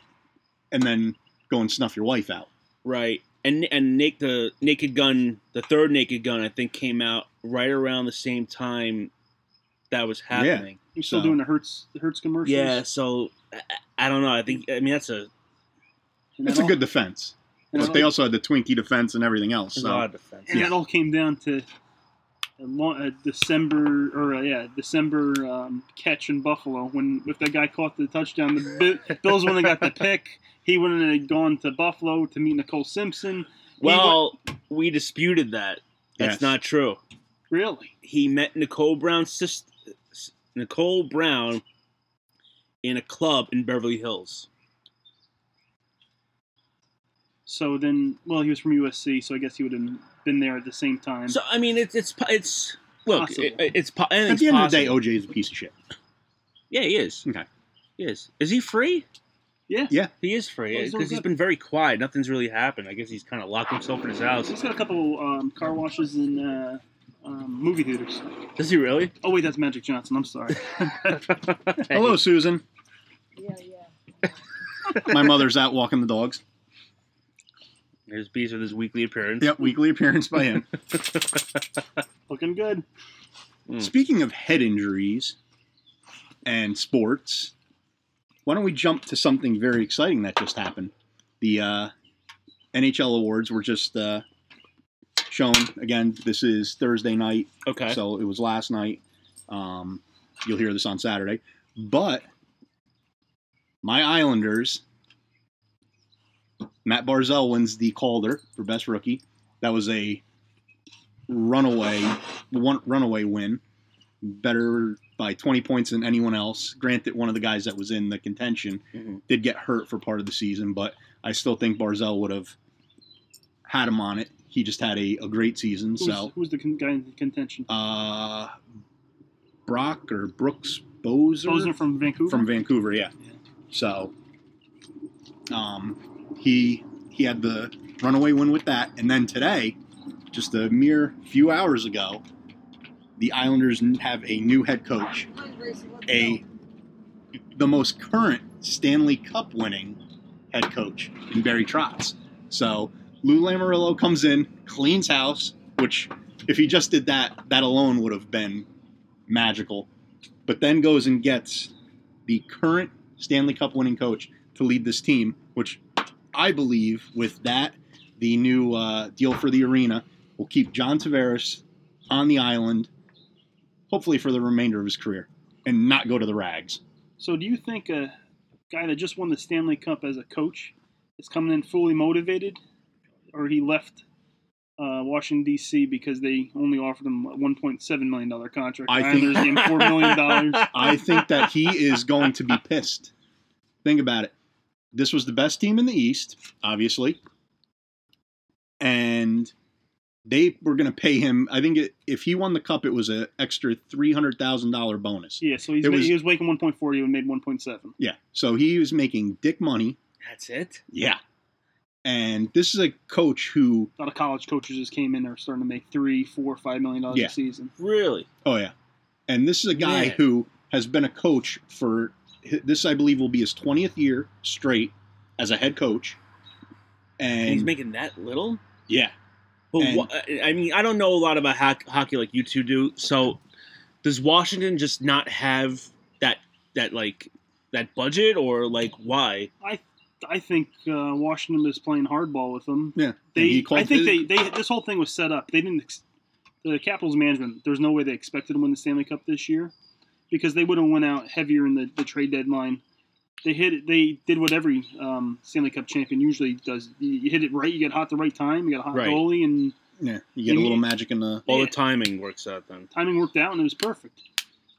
and then go and snuff your wife out. Right. And and Nick the Naked Gun, the third Naked Gun, I think came out right around the same time that was happening. he's still doing the Hertz the Hertz commercials. Yeah, so I, I don't know. I think I mean that's a And It's that a all- good defense, and but that they all- also had the Twinkie defense and everything else. There's So a lot of defense. and that all came down to a, long, a December or uh yeah December um, catch in Buffalo when if that guy caught the touchdown, the Bi- Bills wouldn't have got the pick. He wouldn't have gone to Buffalo to meet Nicole Simpson. He went- Well, we disputed that. That's Yes. not true. really, He met Nicole Brown's sister, Nicole Brown, in a club in Beverly Hills. so then well he was from USC, so I guess he would have been there at the same time. So I mean, it's it's po- it's look, Possible. it, it's po- at anything's the end possible. of the day, OJ is a piece of shit. yeah, he is. Okay. He is. Is he free? yeah, Yeah. He is free Oh, because he's all he's good. been very quiet. Nothing's really happened. I guess he's kind of locked himself in his house. He's got a couple um, car washes in uh, um, movie theaters. Does he really? Oh wait, that's Magic Johnson. I'm sorry. Hello, Susan. Yeah, yeah. My mother's out walking the dogs. There's Beast with his weekly appearance. Yep, weekly appearance by him. Looking good. Hmm. Speaking of head injuries and sports, why don't we jump to something very exciting that just happened? The uh, NHL awards were just uh, shown again. This is Thursday night, Okay. so it was last night. Um, you'll hear this on Saturday, but my Islanders, Matt Barzell wins the Calder for best rookie. That was a runaway one runaway win, better by 20 points than anyone else. Granted, one of the guys that was in the contention Mhm. did get hurt for part of the season, but I still think Barzell would have had him on it. He just had a, a great season. Who's, So who's the con- guy in contention? uh, Brock or Brooks Bozer Bozer from Vancouver. from Vancouver, yeah. So um, he he had the runaway win with that, and then today, just a mere few hours ago, the Islanders n- have a new head coach, a the most current Stanley Cup winning head coach in Barry Trotz. So Lou Lamarillo comes in, cleans house, which if he just did that, that alone would have been magical. But then goes and gets the current Stanley Cup winning coach to lead this team, which I believe with that, the new uh, deal for the arena will keep John Tavares on the island, hopefully for the remainder of his career, and not go to the rags. So, do you think a guy that just won the Stanley Cup as a coach is coming in fully motivated, or he left uh, Washington D.C. because they only offered him a 1.7 million dollar contract? I The think- Islanders gave him four million dollars. I think that he is going to be pissed. Think about it. This was the best team in the East, obviously. And They were going to pay him. I think it, if he won the cup, it was an extra three hundred thousand dollar bonus. Yeah, so he's, It ma- was- he was making 1.4, he made 1.7. Yeah, so he was making dick money. That's it. Yeah, and this is a coach who, A lot of college coaches just came in and are starting to make three, four, five million dollars Yeah. a season. Really? oh yeah, and this is a guy Man. who has been a coach for this. I believe will be his twentieth year straight as a head coach, and he's making that little. yeah, But And- wha- I- I mean, I don't know a lot about hoc- hockey like you two do. So, does Washington just not have that that like that budget, or like why? I I think uh, Washington is playing hardball with them. yeah. And They, he called I think his- they, they this whole thing was set up. They didn't. Ex- the Capitals management. There's no way they expected to win the Stanley Cup this year, because they would have went out heavier in the, the trade deadline. They hit. it- They did what every um, Stanley Cup champion usually does. You, you hit it right. You get hot the right time. You got a hot Right. goalie, and yeah, you get a little magic in the. All the timing works out then. timing worked out, and it was perfect.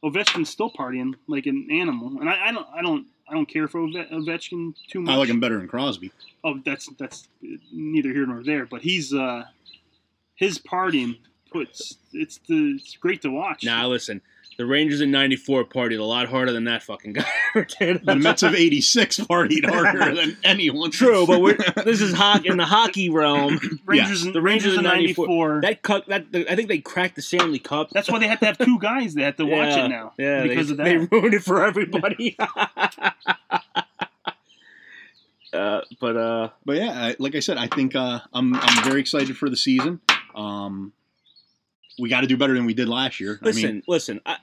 Ovechkin's still partying like an animal, and I, I don't. I don't. I don't care for Ove- Ovechkin too much. I like him better than Crosby. oh that's that's neither here nor there but he's uh his partying puts it's the it's great to watch Now listen, the Rangers in '94 partied a lot harder than that fucking guy ever did. The Mets of '86 partied harder than anyone. True, but we're, this is hockey in the hockey realm. Rangers in- the Rangers, Rangers in in '94. That cut. That I think they cracked the Stanley Cup. that's why they have to have two guys that have to watch Yeah, it now Yeah, because they, of that they ruined it for everybody. uh, but uh, but yeah, I, like I said, I think uh, I'm I'm very excited for the season. Um, we got to do better than we did last year. listen, I mean, listen. I,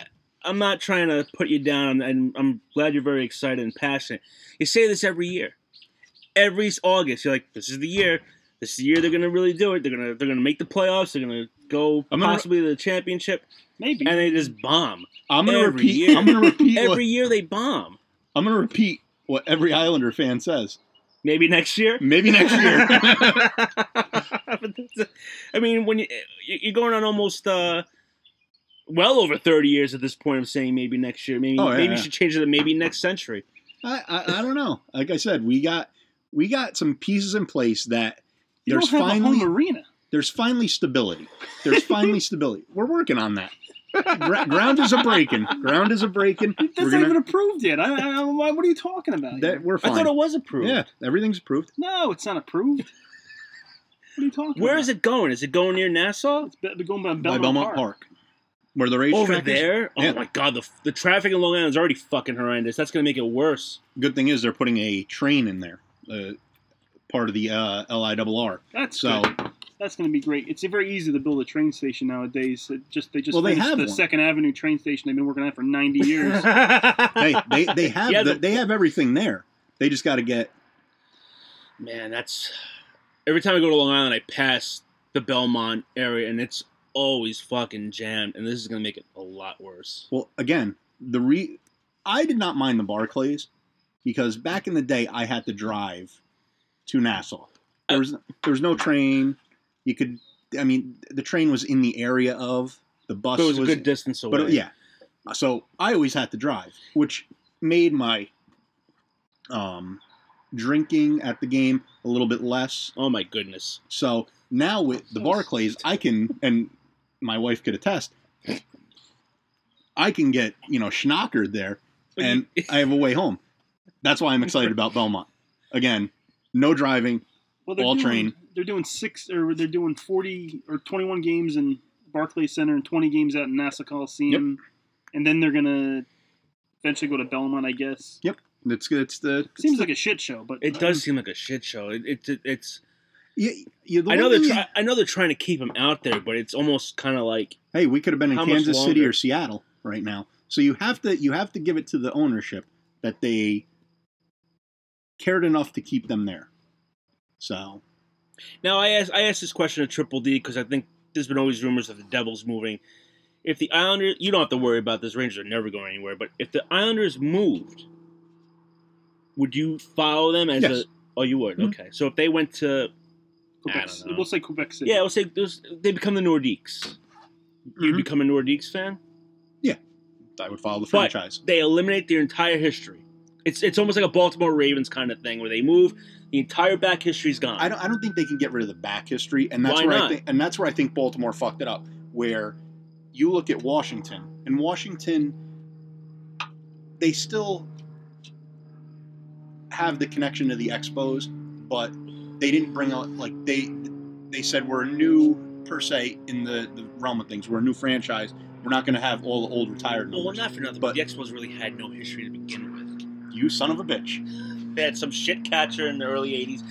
I'm not trying to put you down, and I'm glad you're very excited and passionate. You say this every year, every August. You're like, this is the year. This is the year they're gonna really do it. They're gonna they're gonna make the playoffs. They're gonna go I'm gonna- possibly to the championship, maybe and they just bomb. I'm gonna every repeat. year. I'm gonna repeat. every what, year they bomb. I'm gonna repeat what every Islander fan says. Maybe next year. Maybe next year. But that's- I mean, when you you're going on almost uh, well over 30 years at this point, I'm saying maybe next year, maybe Oh, yeah, maybe you yeah. should change it to maybe next century. I, I I don't know. Like I said, we got we got some pieces in place that you there's don't have a finally home arena there's finally stability. There's finally stability. We're working on that. Gra- ground is a breaking. Ground is a breaking. that's not even approved yet I, I, I, why- what are you talking about That- we're I fine. thought it was approved. Yeah, everything's approved. no it's not approved what are you talking Where about is it going? Is it going near Nassau? Be- be going by Belmont, by Belmont Park. Park. where the race Over there? Oh Yeah. my God! The, the traffic in Long Island is already fucking horrendous. That's gonna make it worse. Good thing is they're putting a train in there, uh, part of the uh, LIRR. That's So good. That's going to be great. It's very easy to build a train station nowadays. It just they just Well, they finished have the one. Second Avenue train station. They've been working on it for ninety years. hey, they, they have Yeah, the, the- they have everything there. They just got to get Man, that's every time I go to Long Island, I pass the Belmont area, and it's always fucking jammed. And this is gonna make it a lot worse. well again the re. I did not mind the Barclays because back in the day I had to drive to Nassau. There was there was no train. You could I mean the train was in the area of the bus But it was a good distance away. But yeah, so I always had to drive, which made my um, drinking at the game a little bit less. Oh my goodness. So now with the Barclays, I can, and my wife could attest, I can get you know schnockered there, But and you- I have a way home. That's why I'm excited about Belmont. Again, no driving. Well, they're All doing, train. They're doing six or they're doing forty or twenty-one games in Barclays Center and twenty games out in Nassau Coliseum, and then they're gonna eventually go to Belmont, I guess. It's it's the Seems like a shit show, but It does seem like a shit show. It, it, it it's. you, you, the I one know they're. thing Try, I know they're trying to keep him out there, but it's almost kind of like hey, we could have been in How much Kansas City longer? or Seattle right now. So you have to you have to give it to the ownership that they cared enough to keep them there. So now. I asked. I asked this question to Triple D because I think there's been always rumors of the Devils moving. If the Islanders, you don't have to worry about this. Rangers are never going anywhere. But if the Islanders moved, would you follow them as Yes. a? Oh, you would. Mhm. Okay. So if they went to, I Quebec, don't know. we'll say Quebec City. yeah, I would say those, they become the Nordiques. Mm-hmm. You become a Nordiques fan. I would follow the But- franchise. They eliminate their entire history It's it's almost like a Baltimore Ravens kind of thing where they move, the entire back history's gone. I don't, I don't think they can get rid of the back history, and that's Why where not? I think, and that's where I think Baltimore fucked it up. Where you look at Washington, and Washington, they still have the connection to the Expos, but they didn't bring out like they they said we're a new per se in the, the realm of things. We're a new franchise. We're not going to have all the old retired well, numbers. not for nothing, but the Expos really had no history to begin with. You son of a bitch! They had some shit catcher in the early '80s.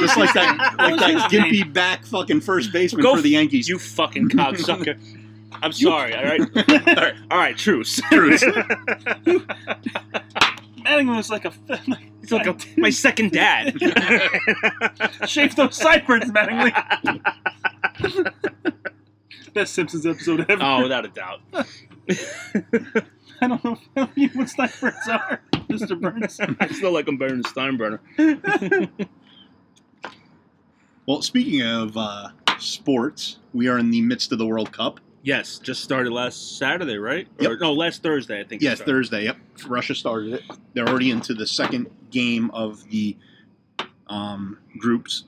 Just like that, like that gimpy back fucking first baseman for the Yankees. You fucking cocksucker. I'm sorry. All right. all right. All right. Truce. Truce. Manningham was like a. He's like a, my second dad. Shave those sideburns, Mattingly. Best Simpsons episode ever. Oh, without a doubt. I don't know if you what sideburns are, Mr. Burns. I still like him better than Steinbrenner. Well, speaking of uh, sports, we are in the midst of the World Cup. Yes, just started last Saturday, right? Or, Yep. no, last Thursday, I think. it Yes, started. Thursday. Yep, Russia started it. They're already into the second game of the um, groups.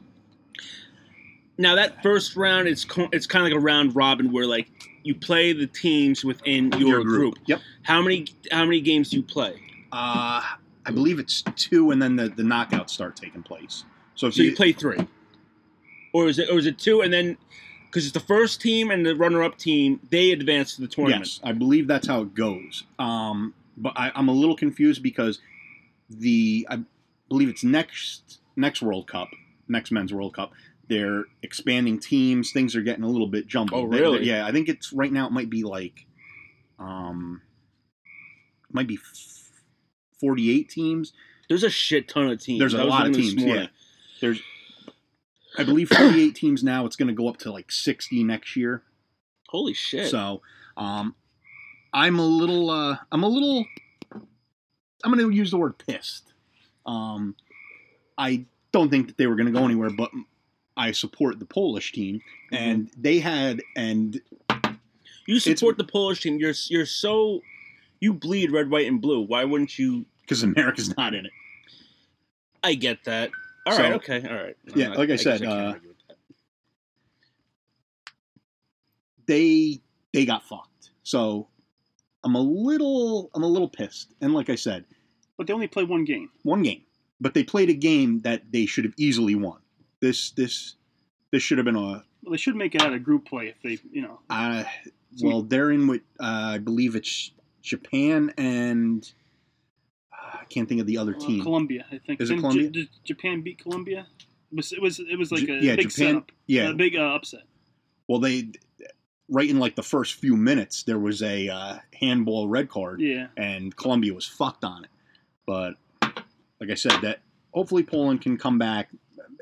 Now that first round, it's co- it's kind of like a round robin where like you play the teams within your, group. Yep. How many how many games do you play? Uh, I believe it's two, and then the, the knockouts start taking place. So if So you play three, or is it or is it two and then because it's the first team and the runner up team they advance to the tournament. Yes, I believe that's how it goes. Um, but I, I'm a little confused because the I believe it's next next World Cup, next Men's World Cup. They're expanding teams. Things are getting a little bit jumbled. Oh, They- they- really? yeah, I think it's right now. It might be like, um, it might be f- 48 teams. There's a shit ton of teams. There's a I was lot of looking this teams. morning. Yeah, there's. I believe 48 teams now. It's going to go up to like 60 next year. Holy shit. So, um, I'm a little, uh, I'm a little, I'm going to use the word pissed. Um, I don't think that they were going to go anywhere, but I support the Polish team, and they had, and you support the Polish team. You're you're so you bleed red, white, and blue. Why wouldn't you? because America's not in it. I get that. All So- right. Okay. All right. No, Yeah, like I guess said, can't uh, argue with that. they they got fucked. So I'm a little, I'm a little pissed. And like I said, But they only play one game. one game, but they played a game that they should have easily won. This, this, this should have been a Well, they should make it out of group play if they, you know. Uh, So well, they're in with uh, I believe it's Japan and uh, I can't think of the other uh, team. Colombia, I think. Is it Didn't Colombia? J- did Japan beat Colombia? It was it was, it was like J- a yeah, big Japan- setup. yeah. a big uh, upset. Well, they right in like the first few minutes there was a uh, handball red card, Yeah, and Colombia was fucked on it. But like I said, that hopefully Poland can come back.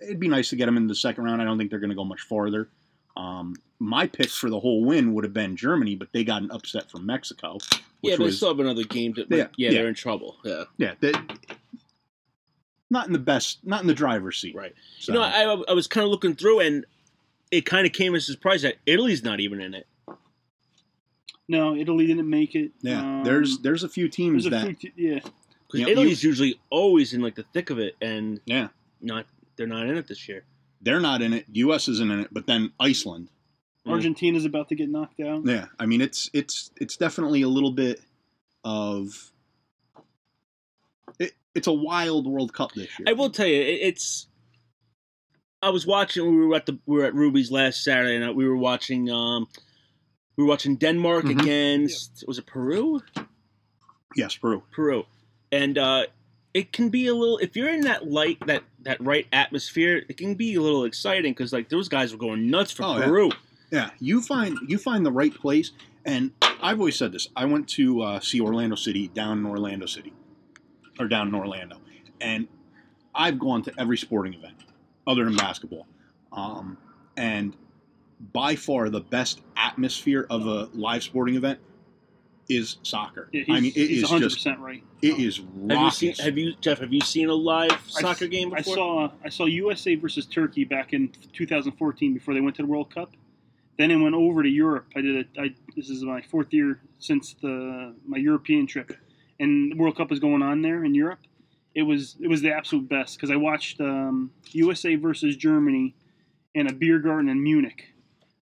It'd be nice to get them into the second round. I don't think they're going to go much farther. Um, my pick for the whole win would have been Germany, but they got an upset from Mexico. Which Yeah, but they was, still have another game. That, yeah, Yeah, yeah. yeah, they're in trouble. Yeah. yeah, that not in the best, not in the driver's seat. Right. So, You know, I, I was kind of looking through, and it kind of came as a surprise that Italy's not even in it. no, Italy didn't make it. yeah, Um, there's there's a few teams there's a that few te- yeah. 'Cause Yeah, Italy's usually always in like the thick of it, and yeah not they're not in it this year. they're not in it. U.S. isn't in it, but then Iceland. Argentina's about to get knocked out. Yeah, I mean it's it's it's definitely a little bit of it, it's a wild World Cup this year. I will tell you, it, it's. I was watching. We were at the we were at Ruby's last Saturday night. We were watching. um We were watching Denmark Mhm. against was it Peru? yes, Peru. Peru, and uh it can be a little. If you're in that light that that right atmosphere, it can be a little exciting because like those guys were going nuts for Oh, yeah. Peru. Yeah, you find you find the right place, and I've always said this. I went to uh, see Orlando City down in Orlando City, or down in Orlando, and I've gone to every sporting event other than basketball, um, and by far the best atmosphere of a live sporting event is soccer. Yeah, he's, I mean, it he's is 100 just percent right. it is Have you raucous. seen? Have you Jeff? Have you seen a live I- soccer game before? I saw I saw USA versus Turkey back in 2014 before they went to the World Cup. Then it went over to Europe. I did a, I, this is my fourth year since the my European trip, and the World Cup was going on there in Europe, it was it was the absolute best because I watched um, USA versus Germany in a beer garden in Munich.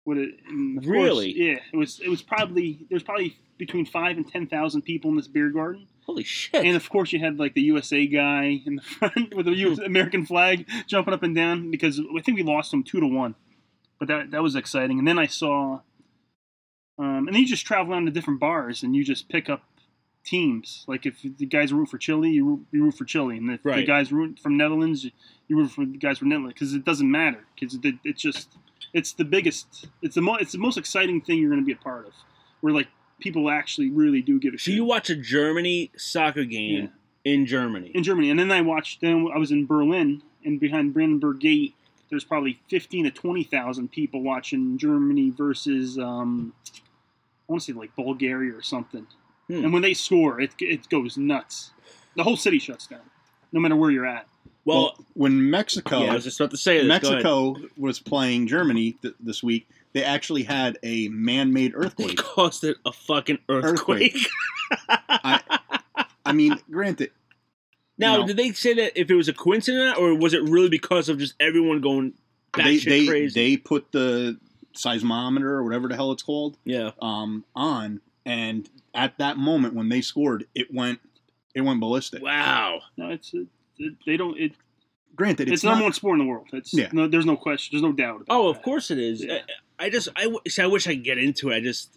What it, and of course- Really? yeah, it was it was probably there's probably between five and ten thousand people in this beer garden. Holy shit! And of course, you had like the USA guy in the front with the US Hmm. American flag jumping up and down because I think we lost him two to one, but that that was exciting. And then I saw, um, and then you just travel around to different bars and you just pick up teams. Like if the guys root for Chile, you root, you root for Chile, and if the Right. guys root from Netherlands, you, you root for the guys from Netherlands because it doesn't matter because it, it's just it's the biggest, it's the mo- it's the most exciting thing you're going to be a part of. Where like people actually really do give a So you watch a Germany soccer game in Germany. in Germany. And then I watched. Then I was in Berlin, and behind Brandenburg Gate, there's probably fifteen to twenty thousand people watching Germany versus um, I want to say like Bulgaria or something. Hmm. And when they score, it it goes nuts. The whole city shuts down, no matter where you're at. Well, when Mexico, Yeah, I was just about to say this. Go ahead. Mexico was playing Germany th- this week. They actually had a man-made earthquake. caused it a fucking earthquake. I mean, granted, Now, know- did they say that if it was a coincidence or was it really because of just everyone going they batshit they, crazy? they put the seismometer or whatever the hell it's called yeah. um, on, and at that moment when they scored, it went it went ballistic. Wow. No, it's it, it, they don't. It, Granted, it's, it's, the number not- one sport in the world. It's Yeah. no, there's no question. There's no doubt. About Oh, of course it is. Yeah. I, I just I w- see, I wish I could get into it. I just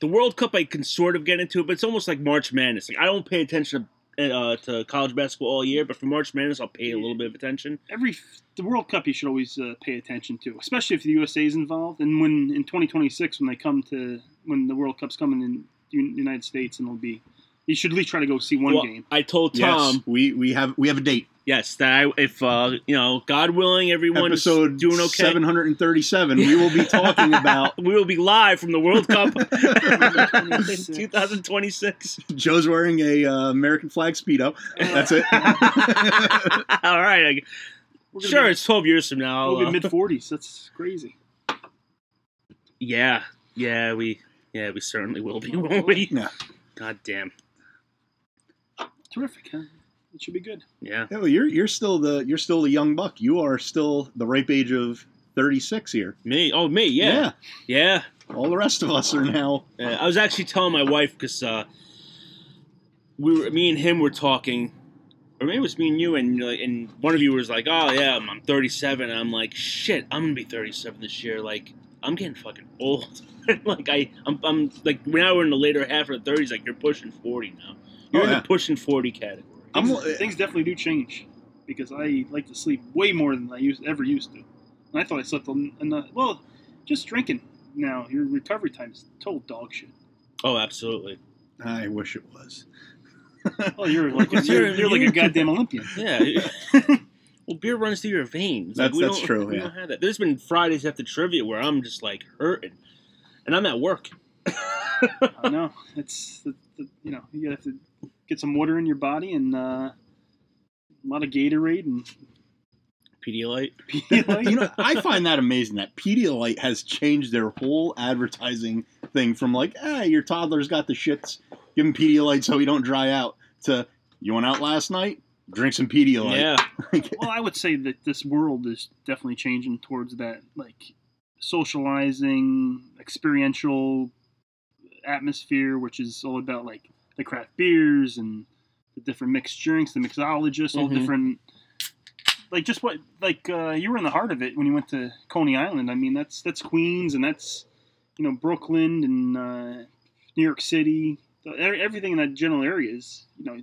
the World Cup I can sort of get into it, but it's almost like March Madness. Like I don't pay attention to, uh, to college basketball all year, but for March Madness I'll pay a little bit of attention. it. Every the World Cup, you should always uh, pay attention to, especially if the USA is involved. And when in 2026, when they come to when the World Cup's coming in the Un- United States, and it'll be, you should at least try to go see one Well, game. I told Yes, Tom we we have we have a date. yes that I if uh, you know God willing everyone's Episode doing okay. 737. We will be talking about we will be live from the World Cup 2026. 2026. Joe's wearing a uh, American flag speedo. That's it. All right. I- We're gonna Sure, be- it's 12 years from now. We'll be uh, mid 40s. That's crazy. yeah. Yeah, we yeah, we certainly will be, won't we? No. God damn. Terrific. Huh? It should be good. Yeah. No, you're you're still the you're still the young buck. You are still the ripe age of 36 here. Me. Oh, me. Yeah. Yeah. All the rest of us are now. Uh, I was actually telling my wife because uh, we were, me and him were talking, or maybe it was me and you, and like, and one of you was like, "Oh yeah, I'm, I'm 37," and I'm like, "Shit, I'm gonna be 37 this year. Like, I'm getting fucking old. like, I, I'm, I'm like, now we're in the later half of the 30s. Like, you're pushing 40 now. You're in Oh, yeah. the pushing 40 category. I'm, Things, things definitely do change because I like to sleep way more than I used ever used to. And I thought I slept en- enough. Well, just drinking now, your recovery time is total dog shit. Oh, absolutely. I wish it was. Well, Oh, you're like Well, you're, you're- you're like a you're- goddamn Olympian. Yeah. well, beer runs through your veins. That's- that's don't- true, We yeah. don't have that. There's been Fridays after trivia where I'm just like hurting, and I'm at work. I know. It's the, the, you know you have to get some water in your body and uh, a lot of Gatorade and Pedialyte. Uh, you know, I find that amazing that Pedialyte has changed their whole advertising thing from like, "Hey, your toddler's got the shits. Give him Pedialyte so he don't dry out." To you went out last night, drink some Pedialyte. Yeah. well, I would say that this world is definitely changing towards that like socializing, experiential atmosphere, which is all about like the craft beers and the different mixed drinks, the mixologists, all Mhm. different. Like just what like uh, you were in the heart of it when you went to Coney Island. I mean, that's that's Queens and that's you know Brooklyn and uh, New York City. So e- Everything in that general area is you know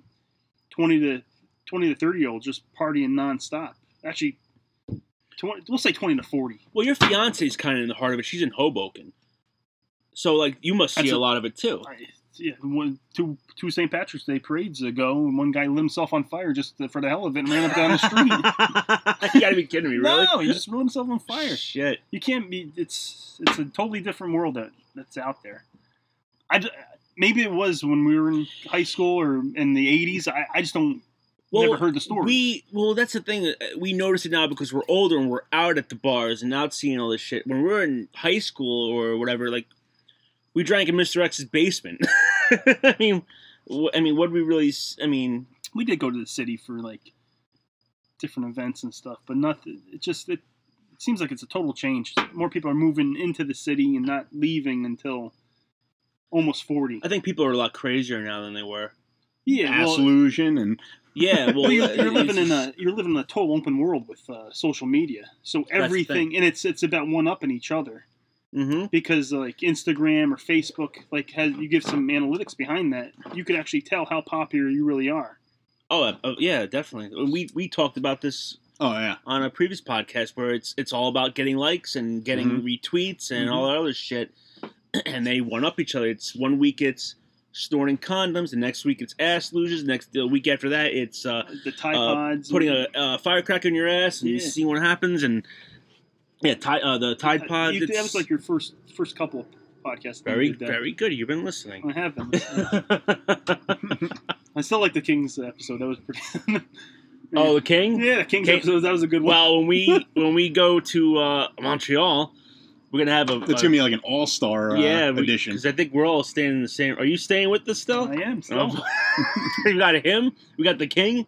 twenty to 20 to 30 year olds just partying nonstop. Actually, 20, we'll say 20 to 40. Well, your fiance's kind of in the heart of it. She's in Hoboken, so like you must see That's a a- lot of it too. I, yeah, one, two, two St. Patrick's Day parades ago, and one guy lit himself on fire just for the hell of it and ran up down the street. you gotta be kidding me, really? No, he just lit himself on fire. Shit. You can't be. It's it's a totally different world that that's out there. I d- maybe it was when we were in high school or in the 80s. I, I just don't Well, never heard the story. We well, that's the thing. uh, We notice it now because we're older and we're out at the bars and out seeing all this shit. When we were in high school or whatever, like we drank in Mr. X's basement. I mean, wh- I mean, what we really, s- I mean, we did go to the city for like different events and stuff, but nothing. It just it, it seems like it's a total change. More people are moving into the city and not leaving until almost forty. I think people are a lot crazier now than they were. Yeah, well- Ass illusion and Yeah, well, you're, uh, you're living it's in a you're living in a total open world with uh, social media. So the everything, thing. and it's it's about one upping each other. Mm-hmm. Because like Instagram or Facebook, like has you give some analytics behind that, you could actually tell how popular you really are. Oh, uh, uh, yeah, definitely. We we talked about this. Oh yeah. On a previous podcast where it's it's all about getting likes and getting Mm-hmm. retweets and all that other shit, and they one up each other. It's one week it's snorting condoms, the next week it's ass losers, the next the week after that it's uh, the Tide uh, Pods putting and- a, a firecracker in your ass and you Mm-hmm. Yeah. see what happens and yeah, ti- uh, the Tide Pods. You, it's that was like your first first couple of podcasts. that you very did that. very good. You've been listening. I have them. I still like the Kings episode. That was pretty. Oh, the King. Yeah, the Kings King- episode. That was a good one. Well, when we when we go to uh, Montreal, we're gonna have a. It's gonna be like an all star uh, yeah edition. because I think we're all staying in the same. Are you staying with us still? I am still. we got him. We got the King,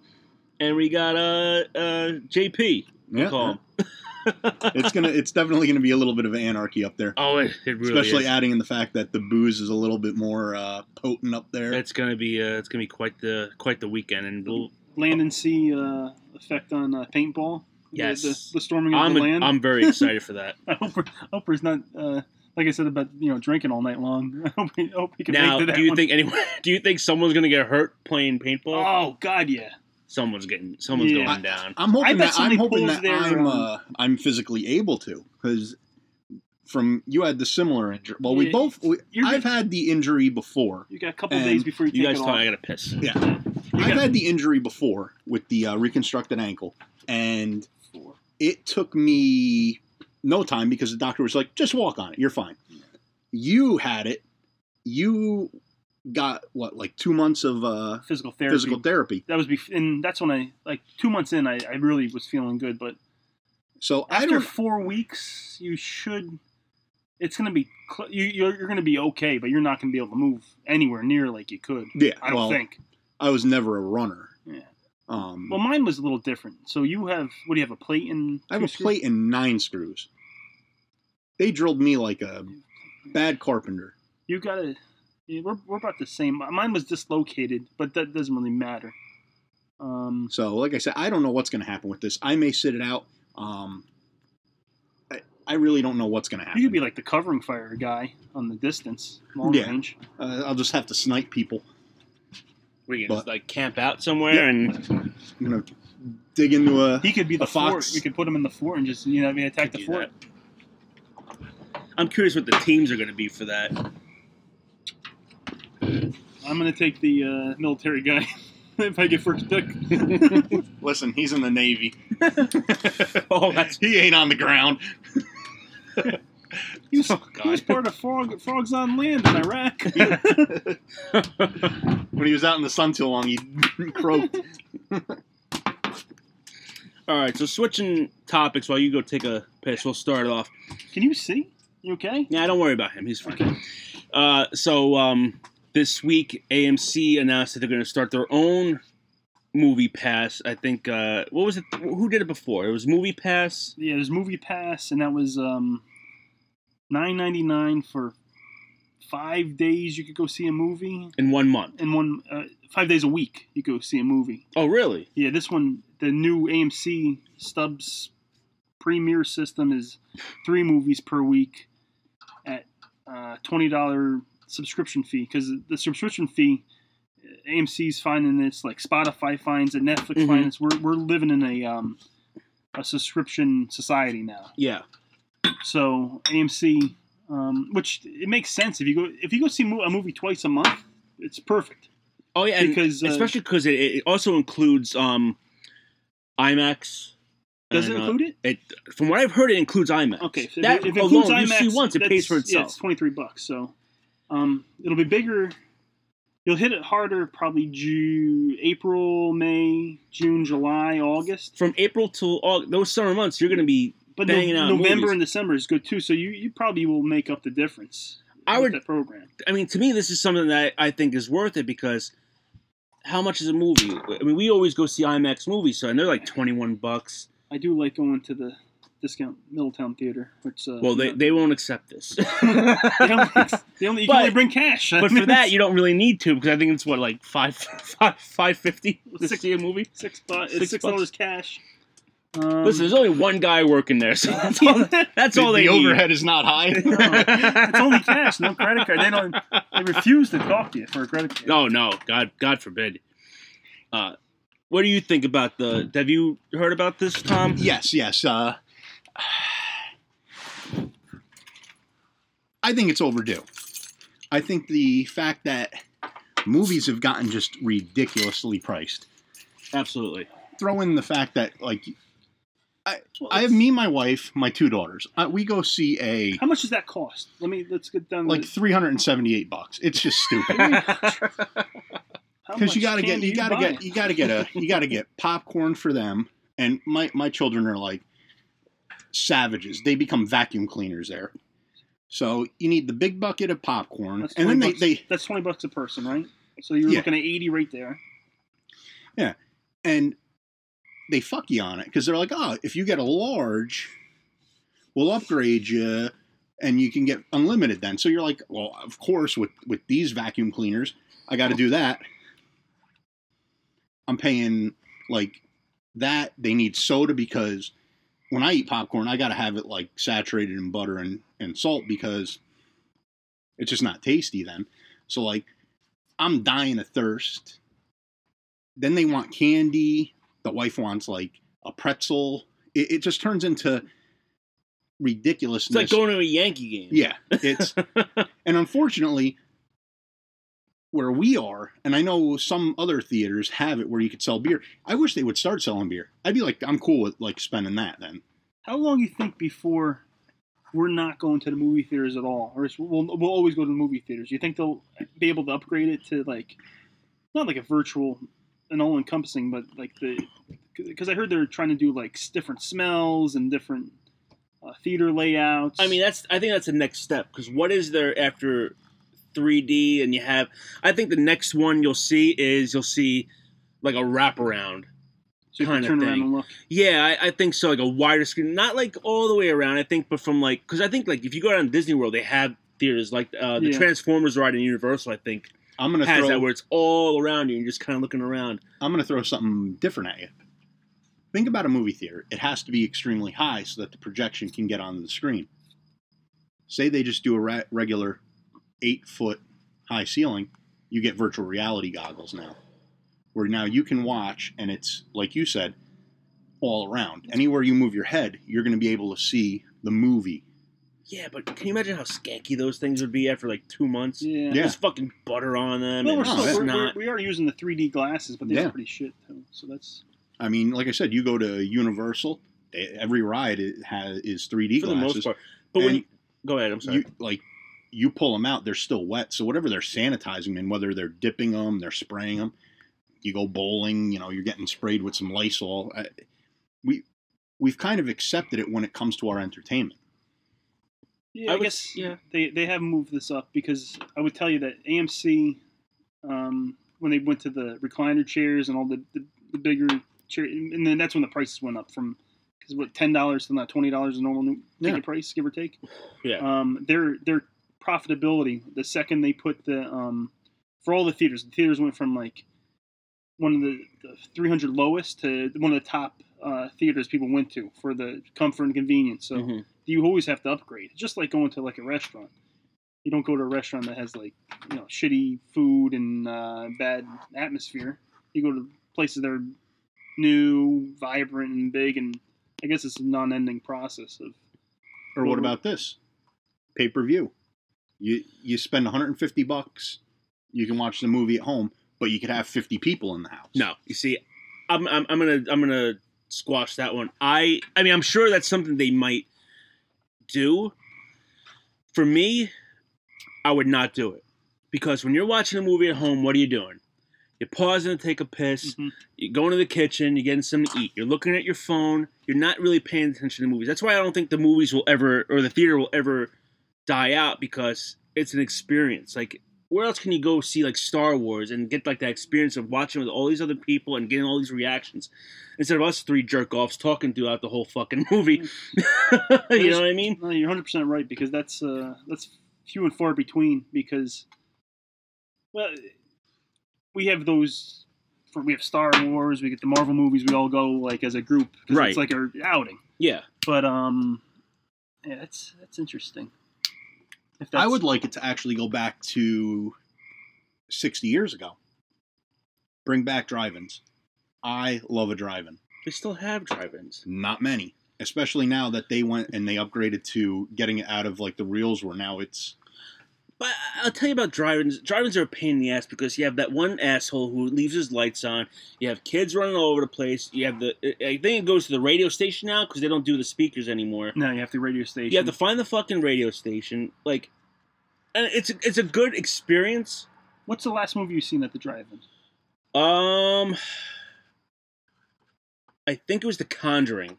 and we got uh uh JP. we Yeah, call him. it's gonna it's definitely gonna be a little bit of anarchy up there. Oh, it, it really Especially is. adding in the fact that the booze is a little bit more uh, potent up there. It's gonna be uh, it's gonna be quite the quite the weekend, and we'll. land and sea uh, effect on uh, paintball. The- Yes. the, the storming of I'm the a- land. I'm very excited for that. I hope Oprah's not uh, like I said about you know drinking all night long. I hope, I hope he can Now, make it that do you one. think anyone? Do you think someone's gonna get hurt playing paintball? Oh God, yeah. Someone's getting someone's Yeah. going I- down. I'm hoping that I'm hoping pulls that their, I'm um, uh, I'm physically able to because from you had the similar injury. Well, we Yeah, both we, I've had the injury before. You got a couple And days before you, you take guys it thought off. I gotta piss. Yeah, I've had the injury before with the uh, reconstructed ankle, and it took me no time because the doctor was like, "Just walk on it. You're fine." You had it. You got what like two months of uh, physical therapy. Physical therapy. That was bef- and that's when I like two months in. I, I really was feeling good, but So I after don't- four weeks, you should. It's gonna be cl- you, you're, you're gonna be okay, but you're not gonna be able to move anywhere near like you could. Yeah, I don't well, think. I was never a runner. Yeah. Um, Well, mine was a little different. So you have what do you have a plate and I have a two screws? plate and nine screws. They drilled me like a bad carpenter. You gotta. yeah, We're, we're about the same. Mine was dislocated, but that doesn't really matter. Um, So, like I said, I don't know what's going to happen with this. I may sit it out. Um, I, I really don't know what's going to happen. You could be like the covering fire guy on the distance, long yeah, range. Uh, I'll just have to snipe people. We can But- just like camp out somewhere and I'm gonna dig into a. He could be the a fox. fort. We could put him in the fort and just you know I mean attack the fort. I'm curious what the teams are going to be for that. I'm gonna take the uh, military guy if I get first pick. Listen, he's in the navy. oh, that's he ain't on the ground. He was, he was part of Frog, Frogs on Land in Iraq. When he was out in the sun too long, he croaked. All right, so switching topics while you go take a piss, we'll start it off. Can you see? You okay? Yeah, don't worry about him. He's fine. Uh, so um, this week, AMC announced that they're going to start their own movie pass. I think uh, what was it? Who did it before? It was Movie Pass. yeah, there's Movie Pass, and that was um, nine ninety nine for five days. You could go see a movie in one month. In one uh, five days a week, you go see a movie. Oh, really? Yeah, this one, the new AMC Stubbs premiere system is three movies per week at uh, twenty dollar subscription fee because the subscription fee. uh, AMC's finding this, like Spotify finds it, Netflix Mhm. finds We're we're living in a um, a subscription society now. Yeah. So AMC, um, which it makes sense if you go if you go see mo- a movie twice a month, it's perfect. Oh yeah, Because, because uh, especially because it, it also includes um, IMAX. Does it include it? It, from what I've heard, it includes IMAX. Okay, so that if, it- if it alone, includes IMAX, you see once, it pays that's- for Yeah, it's itself. twenty three bucks, so um, it'll be bigger. You'll hit it harder probably June, April, May, June, July, August. From April till August, those summer months, you're going to be But no, banging out November movies. and December is good too, so you, you probably will make up the difference. I would- with that program. I mean, to me, this is something that I think is worth it because how much is a movie? I mean, we always go see IMAX movies, so and they're like twenty one bucks. I do like going to the discount Middletown Theater, which uh, Well, they, they won't accept this. they only, they only, you can only bring cash. but for that, you don't really need to because I think it's what like five five five fifty to see a movie. Six bucks. It's six dollars cash. Um, Listen, there's only one guy working there, so that's all, that's The- all they the need. overhead is not high. it's only cash, no credit card. They don't. They refuse to talk to you for a credit card. Oh, No, no, God, God forbid. Uh, what do you think about the? Have you heard about this, Tom? Yes, yes. Uh, I think it's overdue. I think the fact that movies have gotten just ridiculously priced. Absolutely. Throw in the fact that, like, I, I have me, my wife, my two daughters. Uh, we go see a How much does that cost? Let me. Let's get down. to like the- three hundred and seventy-eight bucks. It's just stupid. how because you much gotta get candy you gotta buy? get e- you gotta get a you gotta get popcorn for them and my my children are like savages they become vacuum cleaners there so you need the big bucket of popcorn That's and then 20 they, bucks- they that's twenty bucks a person, right? So you're Yeah. looking at eighty right there. yeah and they fuck you on it because they're like oh if you get a large we'll upgrade you and you can get unlimited then so you're like well of course with with these vacuum cleaners i got to do that i'm paying like that they need soda because when i eat popcorn i got to have it like saturated in butter and and salt because it's just not tasty then so like i'm dying of thirst then they want candy the wife wants like a pretzel it, it just turns into It's ridiculousness like going to a Yankee game. yeah, it's and unfortunately, where we are, and I know some other theaters have it where you could sell beer. I wish they would start selling beer. I'd be like, I'm cool with like spending that then. How long you think before we're not going to the movie theaters at all, or is- we'll we'll always go to the movie theaters? You think they'll be able to upgrade it to like not like a virtual and all encompassing, but like the because I heard they're trying to do like s- different smells and different uh, theater layouts. I mean, that's. I think that's the next step because what is there after 3D and you have? I think the next one you'll see is you'll see like a wraparound so you can kinda turn around thing. and look. Yeah, I, I think so. Like a wider screen, not like all the way around. I think, but from like because I think like if you go down to Disney World, they have theaters like uh, the Yeah. Transformers ride in Universal. I think I'm gonna has throw that where it's all around you and you're just kind of looking around. I'm gonna throw something different at you. Think about a movie theater. It has to be extremely high so that the projection can get onto the screen. Say they just do a re- regular eight foot high ceiling, you get virtual reality goggles now, where now you can watch and it's like you said, all around. Anywhere you move your head, you're going to be able to see the movie. Yeah, but can you imagine how skanky those things would be after like two months? Yeah, Yeah. There's fucking butter on them. Well, and we're still, it's we're, we're, not. we are using the 3D glasses, but they're Yeah. pretty shit too. So that's I mean, like I said, you go to Universal, they, every ride it has, is 3D For the glasses. most part. But when And you- go ahead, I'm sorry. You, like you pull them out, they're still wet. So whatever they're sanitizing and whether they're dipping them, they're spraying them. You go bowling, you know, you're getting sprayed with some Lysol. I, we we've kind of accepted it when it comes to our entertainment. Yeah, I I, would- guess they they have moved this up because I would tell you that AMC, um, when they went to the recliner chairs and all the the, the bigger chair, and then that's when the prices went up from because what ten dollars to not twenty dollars a normal new ticket Yeah. price, give or take. Yeah. Um, their their profitability the second they put the um, for all the theaters, the theaters went from like one of the, the 300 lowest to one of the top uh, theaters people went to for the comfort and convenience. So Mhm. you always have to upgrade. It's just like going to like a restaurant. You don't go to a restaurant that has like you know shitty food and uh, bad atmosphere. You go to places that are new, vibrant, and big, and I guess it's a non-ending process of. Or what Well, about this? Pay per view. You you spend 150 bucks, you can watch the movie at home, but you could have 50 people in the house. No, you see, I'm, I'm I'm gonna I'm gonna squash that one. I I mean I'm sure that's something they might do. For me, I would not do it because when you're watching a movie at home, what are you doing? You're pausing to take a piss. You're going to the kitchen. You're getting something to eat. You're looking at your phone. You're not really paying attention to the movies. That's why I don't think the movies will ever or the theater will ever die out because it's an experience. Like where else can you go see like Star Wars and get like that experience of watching with all these other people and getting all these reactions instead of us three jerk offs talking throughout the whole fucking movie? you know what I mean? No, you're 100 percent right because that's uh, that's few and far between because well, we have those. For, we have Star Wars. We get the Marvel movies. We all go like as a group. 'cause Right. It's like our outing. Yeah. But um, yeah, that's that's interesting. If I would like it to actually go back to 60 years ago. Bring back drive-ins. I love a drive-in. They still have drive-ins. Not many, especially now that they went and they upgraded to getting it out of like the reels where now it's But I- I'll tell you about drive-ins. Drive-ins are a pain in the ass because you have that one asshole who leaves his lights on. You have kids running all over the place. You have the. I I think it goes to the radio station now because they don't do the speakers anymore. No, you have the radio station. You have to find the fucking radio station. Like, and it's a- it's a good experience. What's the last movie you've seen at the drive-in? Um, I think it was The Conjuring.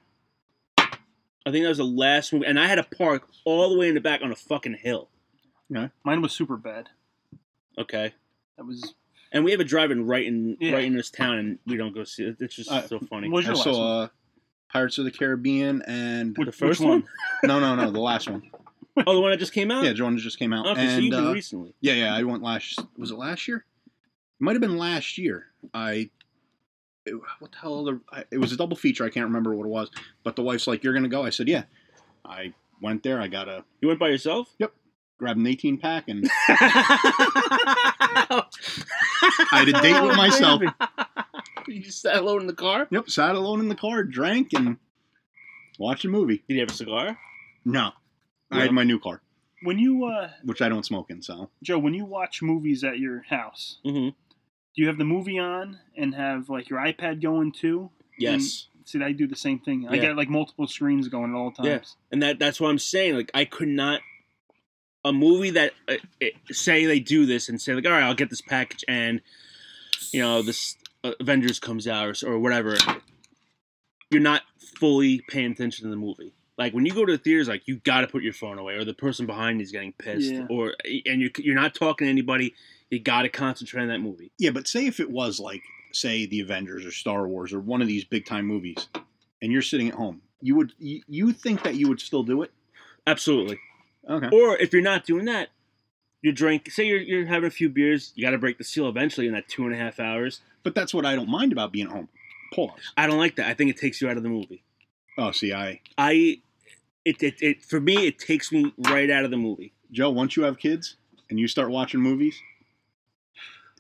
I think that was the last movie, and I had to park all the way in the back on a fucking hill. Yeah. Mine was super bad. Okay. That was. And we have a drive-in right in Yeah. right in this town, and we don't go see it. It's just Uh, so funny. I saw uh, Pirates of the Caribbean and The first one? no, no, no, the last one. oh, the one that just came out. Yeah, the one that just came out. Okay, and, so you've been uh, recently. Yeah, yeah, I went last. Was it last year? It might have been last year. I. it- what the hell? Other, I, it was a double feature. I can't remember what it was. But the wife's like, "You're gonna go." I said, "Yeah." I went there. I got a. You went by yourself? Yep. Grabbed an 18 pack and. I had a date with myself. you sat alone in the car? Yep, sat alone in the car, drank, and watched a movie. Did you have a cigar? No, I had Yeah. my new car, When you uh, which I don't smoke in. So Joe, when you watch movies at your house, mm-hmm. do you have the movie on and have like your iPad going too? Yes. And, see, I do the same thing. I Yeah. got like multiple screens going at all times. Yeah, and that that's what I'm saying. Like I could not a movie that uh, it, say they do this and say like, all right, I'll get this package, and you know this uh, Avengers comes out or, s- or whatever. You're not fully paying attention to the movie. Like when you go to the theaters, like you got to put your phone away, or the person behind you is getting pissed, Yeah. or and you you're not talking to anybody. You got to concentrate on that movie. Yeah, but say if it was like, say, the Avengers or Star Wars or one of these big time movies, and you're sitting at home, you would you, you think that you would still do it? Absolutely. Okay. Or if you're not doing that, you drink. Say you're you're having a few beers. You got to break the seal eventually in that two and a half hours. But that's what I don't mind about being home. Pause. I don't like that. I think it takes you out of the movie. Oh, see, I I it it, it for me it takes me right out of the movie. Joe, once you have kids and you start watching movies,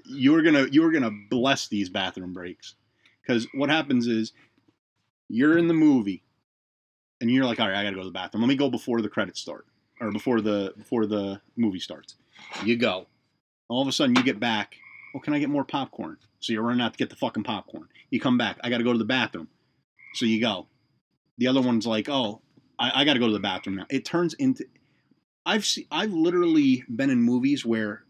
you're gonna you're gonna bless these bathroom breaks because what happens is you're in the movie and you're like, all right, I gotta go to the bathroom. Let me go before the credits start or before the before the movie starts. You go. All of a sudden, you get back. Oh, can I get more popcorn? So you're running out to get the fucking popcorn. You come back. I gotta go to the bathroom. So you go. The other one's like, oh, I, I gotta go to the bathroom now. It turns into I've seen, I've literally been in movies where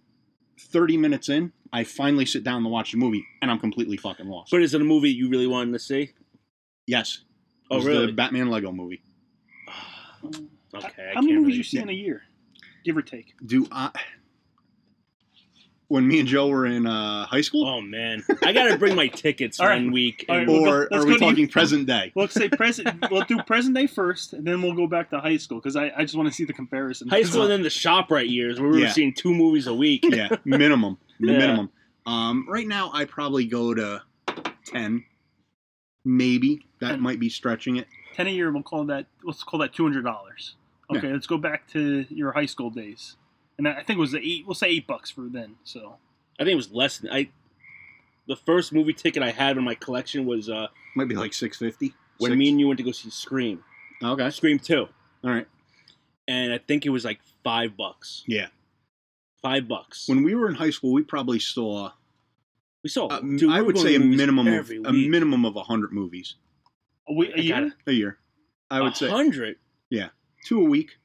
30 minutes in, I finally sit down to watch the movie and I'm completely fucking lost. But is it a movie you really wanted to see? Yes. It Oh was really? The Batman Lego movie. okay. How many movies really- you see in a year, give or take? Do I When me and Joe were in uh, high school? Oh man. I gotta bring my tickets All one right. week. All right, and- we'll go- Or let's are go we to you- talking present day? Well, let's say present. we'll do present day first, and then we'll go back to high school because I, I just want to see the comparison. High school and then the ShopRite years where we Yeah. were seeing two movies a week. Yeah, minimum. Yeah. Minimum. Um, right now I probably go to 10 maybe. Hmm. That might be stretching it. ten a year. We'll call that. Let's call that two hundred dollars. Okay, let's go back to your high school days, and I I think it was the eight. We'll say eight bucks for then. So I think it was less than I the first movie ticket I had in my collection was uh Might be like 650. when me and you went to go see Scream. Okay. Scream two. All right. And I think it was like five bucks. Yeah. Five bucks. When we were in high school, we probably saw We saw. a- Oh, dude, we Um, I were would going say to a movies minimum of every a week. minimum of 100 movies a, we- I a gotta- year. a year. I would say hundred. Yeah, two a week.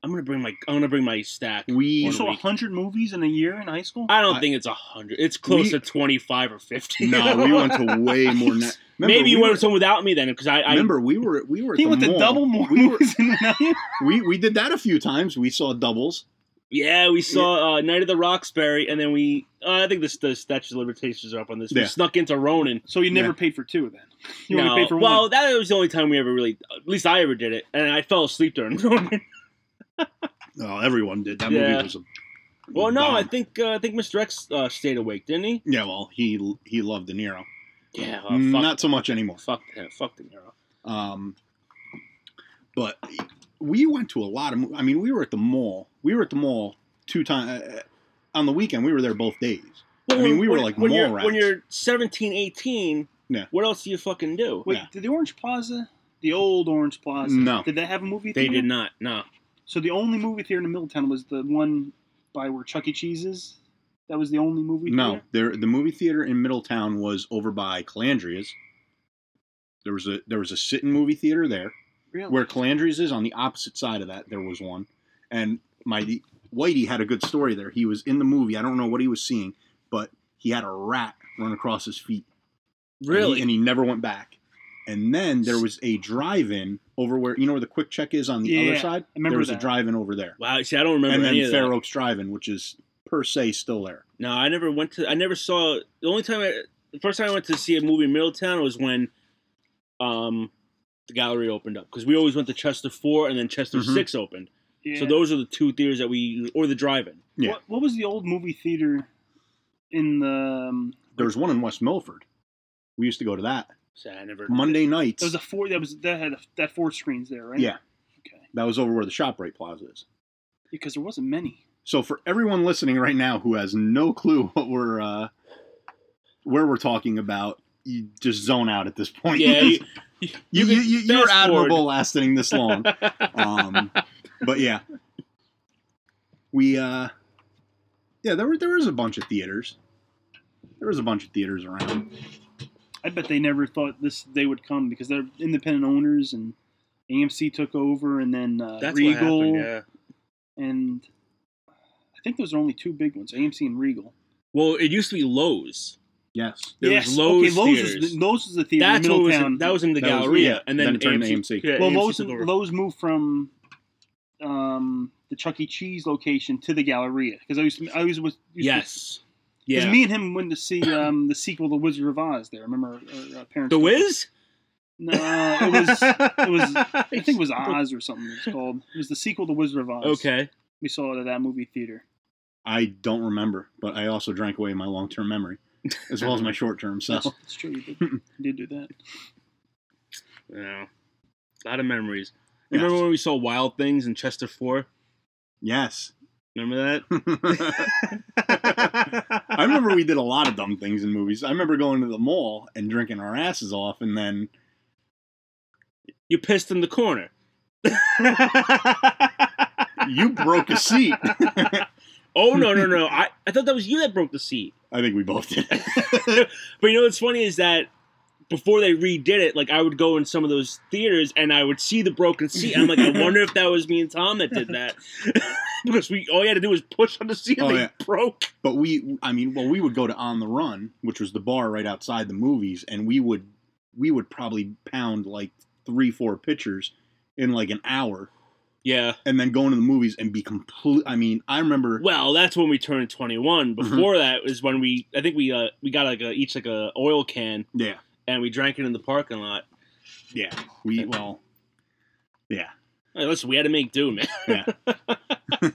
I'm gonna bring my I'm gonna bring my stack. We- You one saw week. hundred movies in a year in high school. I don't think it's a hundred. It's close We- to twenty five or fifty. No, we went to way more. than that. Remember, Maybe you we went were- to some without me then, because I, I remember we were we were. At He the went to mall. double more We, were, movies in a year. we we did that a few times. We saw doubles. Yeah, we saw uh, Night of the Roxbury, and then we. Uh, I think this, the Statue of Limitations are up on this. We Yeah. snuck into Ronin. So you never paid for two then? You no. only paid for one? Well, that was the only time we ever really. At least I ever did it, and I fell asleep during Ronin. Oh, everyone did. That Yeah. movie was a Well, no, I think uh, I think Mr. X uh, stayed awake, didn't he? yeah. Well, he he loved De Niro. Yeah, oh, fuck. not so much anymore. Fuck him. Fuck De Niro. Um, but we went to a lot of. mo- I mean, we were at the mall. We were at the mall two times on the weekend. We were there both days. I mean, we were When- like when mall you're, rats. When you're 17, 18, Yeah. what else do you fucking do? Wait, did the Orange Plaza, the old Orange Plaza, No. did they have a movie They theater? did not. No. So the only movie theater in Middletown was the one by where Chuck E. Cheese is? That was the only movie no, theater? there the movie theater in Middletown was over by Calandria's. There was a there was a sit-in movie theater there. Really? Where Calandria's is on the opposite side of that, there was one. And my Whitey had a good story there. He was in the movie. I don't know what he was seeing, but he had a rat run across his feet. And Really? he, and he never went back. And then there was a drive-in over where you know where the quick check is on the Yeah, other side. I remember there was a that. drive-in over there. Wow. See, I don't remember and any then of that. Fair Oaks Drive-in, which is per se still there. No, I never went to. I never saw. The only time, I, the first time I went to see a movie in Middletown was when, um, the gallery opened up because we always went to Chester Four and then Chester Mhm. Six opened. Yeah. So those are the two theaters that we or the drive-in. What, what was the old movie theater in the. Um, There was one in West Milford. We used to go to that so I never. Monday nights. That was a four. That was that had a, that four screens there, right? Yeah. That was over where the Shoprite Plaza is. Because there wasn't many. So for everyone listening right now who has no clue what we're uh, where we're talking about, you just zone out at this point. Yeah, you- you, you, you, you are fast forward. admirable lasting this long. um, but yeah, we uh, yeah there were there was a bunch of theaters. There was a bunch of theaters around. I bet they never thought this they would come because they're independent owners and AMC took over and then uh, That's what Regal happened. Yeah. and I think those are only two big ones: AMC and Regal. Well, it used to be Lowe's. Yes. There yes. was Lowe's okay, Lowe's theaters. is, Lowe's is the theater. in That's what was in- Middletown. that was in the That was- Galleria, yeah, and then then it turned to AMC AMC. yeah, well, AMC Lowe's, took over. Lowe's moved from um, the Chuck E. Cheese location to the Galleria because I used to, I always was used Yes. To, 'cause Yeah. me and him went to see um, the sequel to Wizard of Oz. There, remember our, our parents. The took us. Wiz? No, it was it was I think it was Oz or something. It's called. It was the sequel to Wizard of Oz. Okay. we saw it at that movie theater. I don't remember, but I also drank away my long term memory as well as my short term. So That's, that's true. You did, you did do that. Yeah. A lot of memories. You Remember when we saw Wild Things in Chester Four? Yes. Remember that? I remember we did a lot of dumb things in movies. I remember going to the mall and drinking our asses off, and then you pissed in the corner. you broke a seat. oh no no no! I, I thought that was you that broke the seat. I think we both did. but you know what's funny is that before they redid it, like I would go in some of those theaters and I would see the broken seat. I'm like, I wonder if that was me and Tom that did that because we all you had to do was push on the seat. and Oh, they yeah. broke. But we, I mean, well, we would go to On the Run, which was the bar right outside the movies, and we would we would probably pound like three, four pitchers in like an hour. Yeah. And then go into the movies and be complete. I mean, I remember. Well, that's when we turned 21. Mm-hmm. Before that was when we I think we uh, we got like a, each like a oil can. Yeah. And we drank it in the parking lot. Yeah. We well. Yeah. Hey, listen, we had to make do, man. Yeah.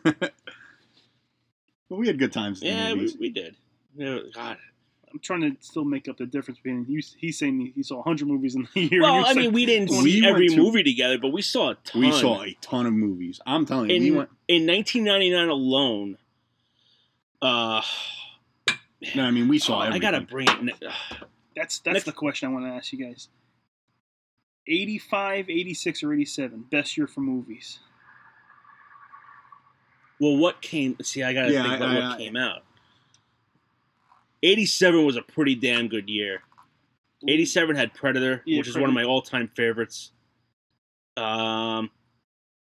But we had good times. In Yeah, the we- movies. we did. Yeah, God. I'm trying to still make up the difference between you. He's saying he saw 100 movies in the year. Well, You're I saying mean, we didn't 20. see went every to- movie together, but we saw a ton. We saw a ton of movies. I'm telling you, in, we went. in 1999 alone. Uh, No, I mean we saw. Oh, everything. I gotta bring it. That's that's the question I want to ask you guys. 85, 86, or 87, best year for movies. well, what came? See, I gotta Yeah, think I- about I- what I- came out. 87 was a pretty damn good year. 87 had Predator, Yeah, which is one of Predator. my all-time favorites. Um,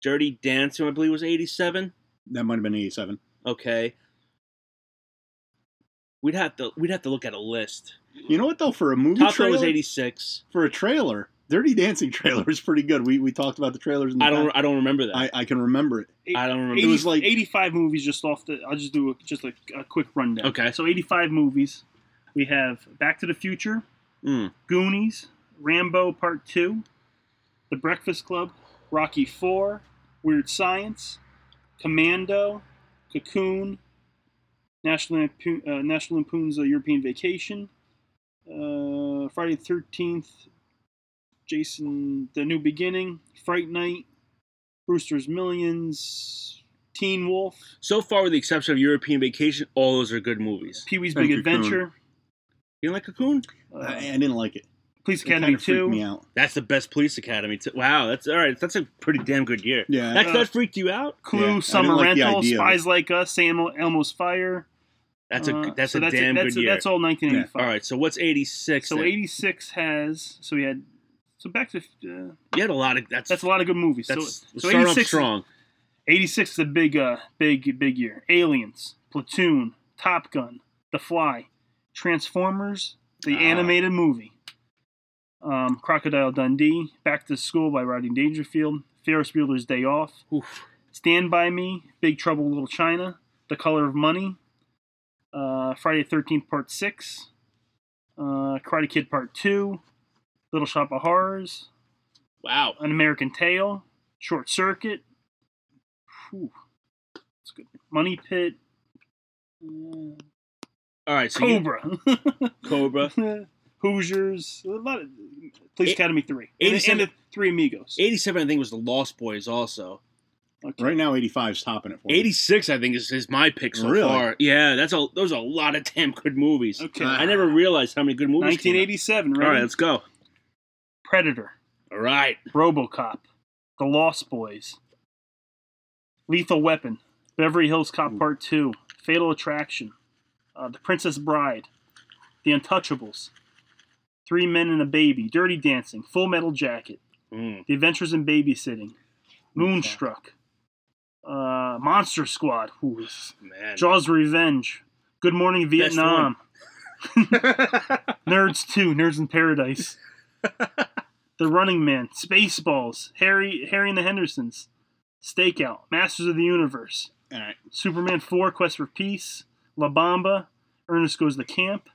Dirty Dancing, I believe, was 87. That might have been 87. Okay. We'd have to we'd have to look at a list. You know what though? For a movie Top Gun trailer, was 86. For a trailer, Dirty Dancing trailer was pretty good. We we talked about the trailers. In the I don't- past. I don't remember that. I, I can remember it. I don't remember. It was like 85 movies just off the. I'll just do a, just a, a quick rundown. Okay. So 85 movies. We have Back to the Future, Mm. Goonies, Rambo Part 2, The Breakfast Club, Rocky 4, Weird Science, Commando, Cocoon, National, Lampoon, uh, National Lampoon's uh, European Vacation, uh, Friday the 13th, Jason The New Beginning, Fright Night, Brewster's Millions, Teen Wolf, So far, with the exception of European Vacation, all those are good movies. Pee Wee's Big Adventure. uh, You didn't like Cocoon? I, I didn't like it. Police It kinda Academy freaked 2. me out. That's the best Police Academy. Too. Wow, that's all right. That's a pretty damn good year. Yeah. that's, Uh, that freaked you out. Clue, Yeah, I didn't Summer like the Rental, idea of it. Spies Like Us, Sam Elmo's Fire. That's a Uh, that's so a that's damn that's good year. That's all 1985. All right, so what's eighty six? So 86 has. So we had. So back to. Uh, You had a lot of that's that's a lot of good movies. So, That's so start off 86 strong. 86 is a big, uh, big, big year. Aliens, Platoon, Top Gun, The Fly, Transformers, the Ah. animated movie, um, Crocodile Dundee, Back to School by Rodney Dangerfield, Ferris Bueller's Day Off, Stand by Me, Big Trouble in Little China, The Color of Money, uh, Friday Thirteenth Part Six, uh, Karate Kid Part Two, Little Shop of Horrors, Wow. An American Tale, Short Circuit. Whew. That's good. Money Pit. uh, All right, so Cobra. You, Cobra. Hoosiers. A lot of Police Eight- Academy three. And, and 87 the Three Amigos. Eighty seven, I think, was the Lost Boys. Also, Right now, 85 is topping it for me. eighty six, I think, is, is my pick so Really? far. Yeah, that's a those are a lot of damn good movies. Okay. I never realized how many good movies. came out. 1987. All Right. right, let's go. Predator. All right, RoboCop. The Lost Boys. Lethal Weapon. Beverly Hills Cop Part Two. Fatal Attraction. Uh, the Princess Bride. The Untouchables. Three Men and a Baby. Dirty Dancing. Full Metal Jacket. Mm. The Adventures in Babysitting, Moonstruck, uh, Monster Squad, who is man. Jaws Revenge, Good Morning Vietnam, Nerds 2, Nerds in Paradise, The Running Man, Spaceballs, Harry, Harry and the Hendersons, Stakeout, Masters of the Universe, All right. Superman 4, Quest for Peace, La Bamba, Ernest Goes to Camp.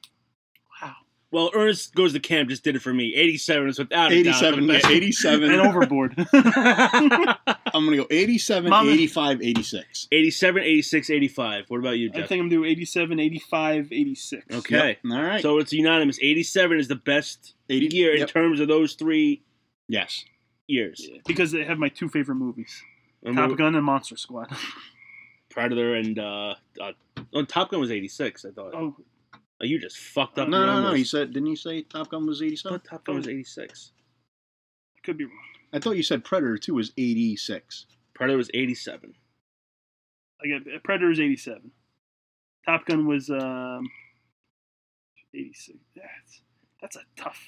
Well, Ernest Goes to Camp just did it for me. 87 is without a doubt. 87, the best- 87. And overboard. I'm going to go 87, Mama- 85, 86. 87, 86, 85. What about you, I Jeff? think I'm doing 87, 85, 86. okay. All right. So it's unanimous. 87 is the best 80 year in yep. terms of those three Yes. years. Because they have my two favorite movies. And we- Top Gun and Monster Squad. Predator and uh, uh oh, Top Gun was 86, I thought. Oh, Oh, you just fucked up. No, your no, own no. He list. said, didn't you say Top Gun was I 87? thought Top Gun was 86. could be wrong. I thought you said Predator 2 was 86. Predator was 87. I got Predator's 87. Top Gun was um 86. That's that's a tough.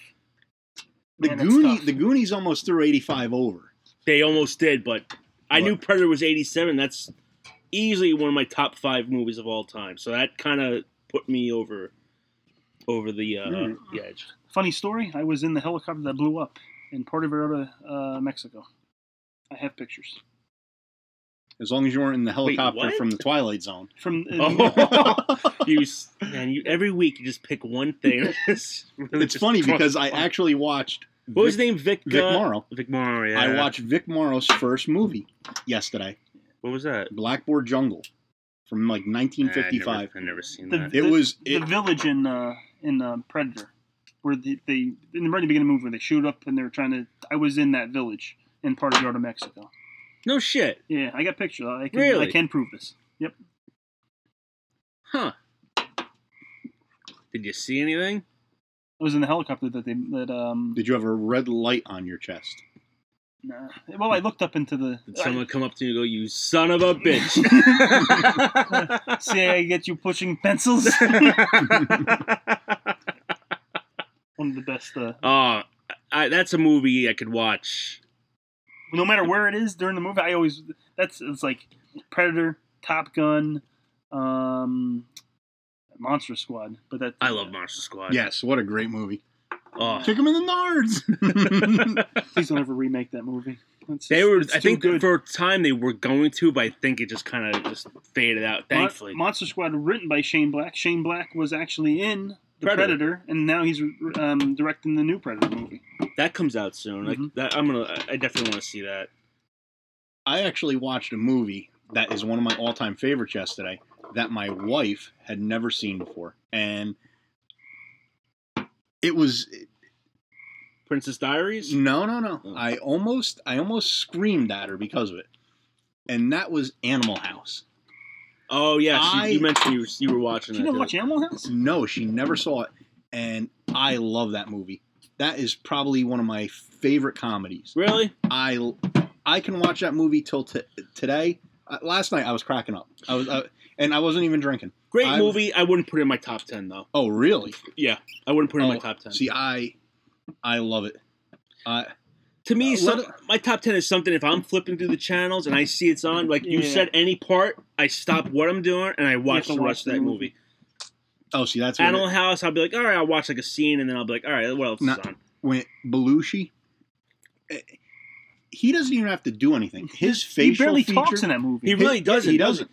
The Man, that's Goonies, tough. the Goonies almost threw 85 over. They almost did, but I What? knew Predator was 87. That's easily one of my top five movies of all time. So that kind of put me over over the, uh, Mm. the edge. Funny story. I was in the helicopter that blew up in Puerto Vallarta, uh, Mexico. I have pictures As long as you weren't in the helicopter what? from the Twilight Zone. from. uh, Oh, you s- man, you every week you just pick one thing. it's really It's just funny cross- because I actually watched. what was Vic- his name? Vic Vic uh, Morrow. Vic Morrow. Yeah. I watched Vic Morrow's first movie yesterday, What was that? Ah, Blackboard Jungle, from like I never, 1955. I've never seen The, that. It the- was- the it- village in uh, in uh, Predator, where the, they in the very beginning of the movie where they shoot up and they're trying to. I was in that village in Puerto Vallarta, Mexico. No shit. Yeah, I got pictures. I can, Really? I can prove this. Yep. Huh. Did you see anything? I was in the helicopter that they that um. Did you have a red light on your chest? Nah. Well, I looked up into the. Did someone come up to you and go, "You son of a bitch"? I, see, I get you pushing pencils. One of the best. Uh, oh, I, that's a movie I could watch. no matter where it is during the movie, I always that's it's like Predator, Top Gun, um, Monster Squad. But that I love Monster Squad. Yes, what a great movie. Oh. Kick him in the nards. Please don't ever remake that movie. That's They just- were. it's I too think good. for a time they were going to, but I think it just kind of just faded out. Mon- Thankfully, Monster Squad written by Shane Black. Shane Black was actually in The Predator. Predator, and now he's um, directing the new Predator movie. that comes out soon. Like Mm-hmm. Mhm. that, I'm gonna. I- I definitely want to see that. I actually watched a movie that is one of my all time favorites yesterday that my wife had never seen before. And it was Princess Diaries? No, no, no. I almost I almost screamed at her because of it. And that was Animal House. Oh yeah, she, I- you mentioned you were, you were watching. that, dude. Animal House? No, she never saw it. And I love that movie. That is probably one of my favorite comedies. Really? I I can watch that movie till t- today. Uh, last night I was cracking up. I was uh, and I wasn't even drinking. Great I- movie. I wouldn't put it in my top ten though. Oh, really? Yeah, I wouldn't put it in my Oh, top ten. See, I I love it. I to me, Uh, some, let- my top ten is something. If I'm flipping through the channels and I see it's on, like you Yeah. said, any part, I stop what I'm doing and I watch to the watch rest of the that movie. movie. oh, see that's what Animal it- House, I'll be like, all right, I'll watch like a scene, and then I'll be like, all right, what else Not- is on? when Belushi. eh, He doesn't even have to do anything. His He facial barely feature, talks in that movie. His- He doesn't.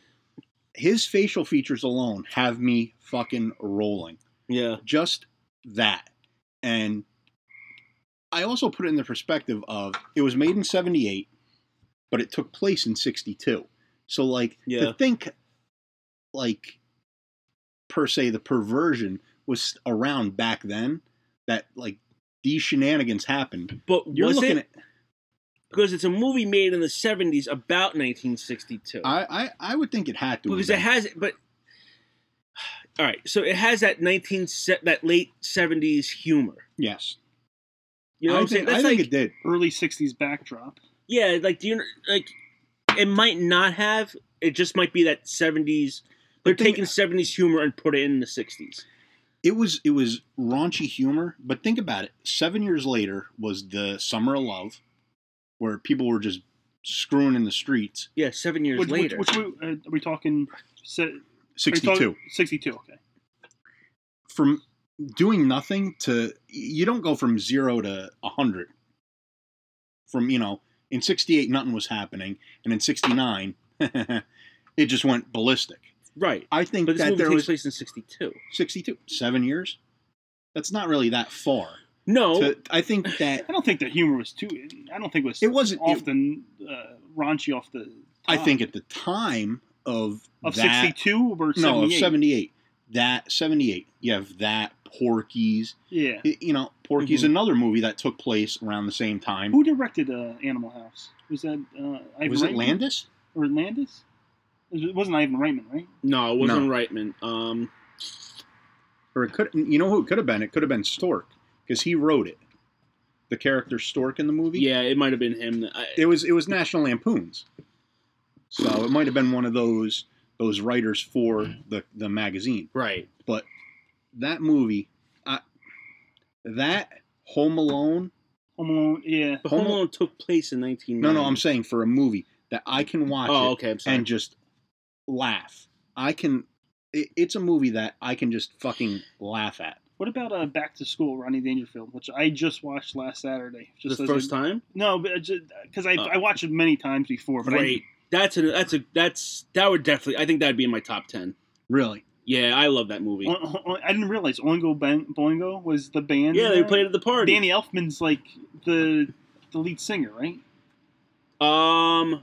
His facial features alone have me fucking rolling. Yeah. Just that, and I also put it in the perspective of it was made in '78, but it took place in '62. So like Yeah. to think, like per se, the perversion was around back then. That like these shenanigans happened. But You're was looking it? because it's a movie made in the '70s about 1962. I, I, I would think it had to because have it been. has but all right so it has that 19 se- that late 70s humor yes you know I what i'm saying think- that's I like think it did Early '60s backdrop. yeah like do you like it might not have it just might be that 70s they're taking 70s humor and put it in the 60s It was it was raunchy humor, but think about it. Seven years later was the Summer of Love, where people were just screwing in the streets. yeah seven years Which, later Which, which, we- uh, are we talking? Se- are we talking- 62. Sixty-two. Okay. From doing nothing to you don't go from zero to a hundred. From you know, in '68 nothing was happening, and in '69 it just went ballistic. right I think but this that movie there takes was- place in 62 '62, seven years. That's not really that far. no To- I think that I don't think the humor was too. I don't think it was. It wasn't- off it- the uh, raunchy off the. I top. think at the time of Of that- 62 or no of 78? seventy eight that seventy eight you have that Porky's Yeah. Y- you know Porky's Mhm. another movie that took place around the same time Who directed uh, Animal House? Was that uh, Ivan was it Reitman? Landis or Landis? It wasn't Ivan Reitman, right? no it wasn't No. reitman um or it could you know who it could have been it could have been Stork because he wrote it the character Stork in the movie yeah it might have been him that I, it was it was National Lampoon's so it might have been one of those those writers for the the magazine right but that movie I, that Home Alone Home Alone. Yeah. but home Home- alone took place in 19 No, no, I'm saying for a movie that I can watch Mm. Oh, it okay, I'm sorry. and just laugh. I can. It, it's a movie that I can just fucking laugh at. What about uh, Back to School, Ronnie Dangerfield, which I just watched last Saturday. Just the as a- first time No, because I, Oh. I watched it many times before. But Right. That's a that's a that's that would definitely I think that'd be in my top ten. Really? Yeah, I love that movie. I, o- o- I didn't realize Oingo Bang, Boingo was the band. yeah, in they that. played at the party. Danny Elfman's like the the lead singer, right? Um,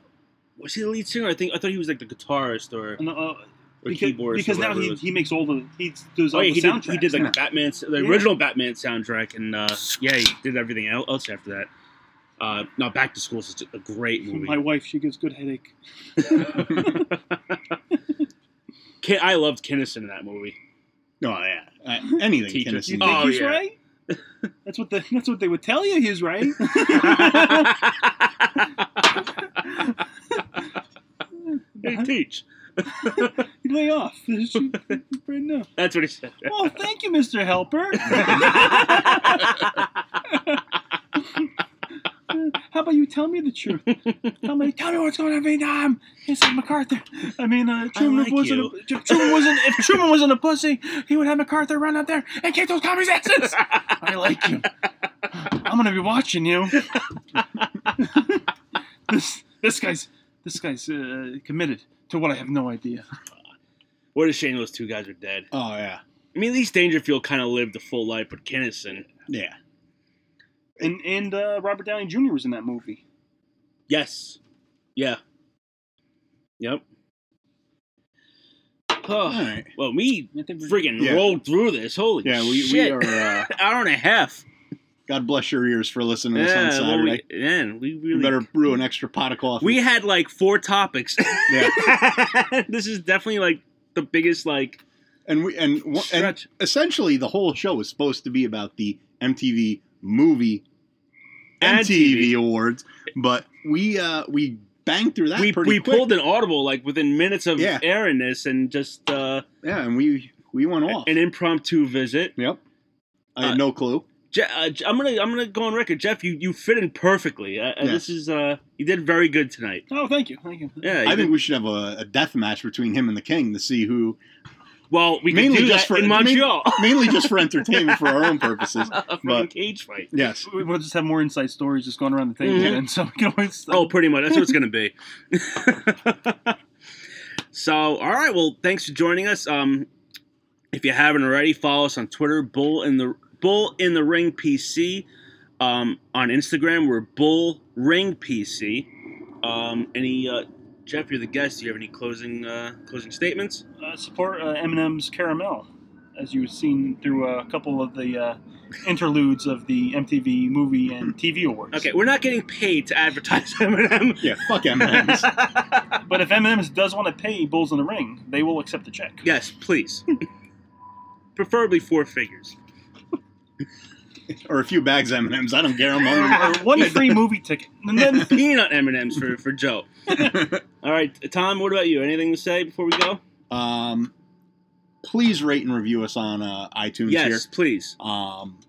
was he the lead singer? I think I thought he was like the guitarist or And, uh, or because keyboardist. because or now whatever it he, was. he makes all the he does all oh yeah, the he did, soundtracks. he did like Yeah. the Batman the Yeah. original Batman soundtrack and uh, yeah he did everything el- else after that. Uh, now Back to School is such a great movie. My wife, she gives good headache. Kin- I loved Kinnison in that movie. No, yeah. Uh, anything. Teacher. Kinnison You did. think Oh, he's yeah. right? That's what the, that's what they would tell you. He's right. Hey, teach. You lay off. She- right now. That's what he said. Well, thank you, Mr. Helper. How about you tell me the truth. tell me, tell me what's going on in Vietnam. This is MacArthur. I mean, uh, Truman like wasn't. you. A, Tru- Truman wasn't. If Truman wasn't a pussy, he would have MacArthur run out there and kick those commies' asses. I like you. I'm gonna be watching you. this this guy's this guy's uh, committed to what I have no idea. What a shame those two guys are dead. Oh yeah. I mean, at least Dangerfield kind of lived a full life, but Kinnison. Yeah. And and uh, Robert Downey Jr. was in that movie. Yes. Yeah. Yep. Oh, right. Well, we friggin' Yeah. rolled through this. Holy Yeah, we- we shit. are, uh, hour and a half. God bless your ears for listening to Yeah, this on well, we, Saturday. man, we You really better brew an extra pot of coffee. we had like four topics. yeah. this is definitely like the biggest like and we and, one- and Stretch. essentially the whole show is supposed to be about the MTV movie And MTV TV. awards, but we uh we banged through that we pretty we quick. pulled an audible like within minutes of Yeah. airing this and just uh, yeah, and we we went off. an impromptu visit. yep, I had Uh, no clue. Je- uh, Je- I'm gonna I'm gonna go on record, Jeff. You you fit in perfectly. Uh, uh, Yeah. This is uh you did very good tonight. Oh, thank you, thank you. Yeah, you I did- think we should have a, a death match between him and the King to see who Well, we can mainly do just that for in main- Montreal. mainly just for entertainment for our own purposes. A freaking But cage fight. yes, We- We'll just have more inside stories just going around the table, Mhm. then, so we can always. Oh, pretty much. That's what it's gonna be. so, all right. Well, thanks for joining us. Um, if you haven't already, follow us on Twitter, Bull in the Bull in the Ring PC. Um, on Instagram, we're Bull Ring PC. Um, any uh, Jeff, you're the guest. Do you have any closing uh, closing statements? uh, support uh, Eminem's Caramel, as you've seen through a couple of the uh, interludes of the MTV Movie and TV Awards. Okay, we're not getting paid to advertise Eminem. yeah, fuck M&M's. But if M&M's does want to pay Bulls in the Ring, they will accept the check. yes, please. Preferably four figures. or a few bags of M&M's. I don't care. I'm hungry. or one free movie ticket. And then Peanut M and M's for for Joe. All right, Tom. What about you? Anything to say before we go? Um, please rate and review us on uh, iTunes yes, here. please. Um,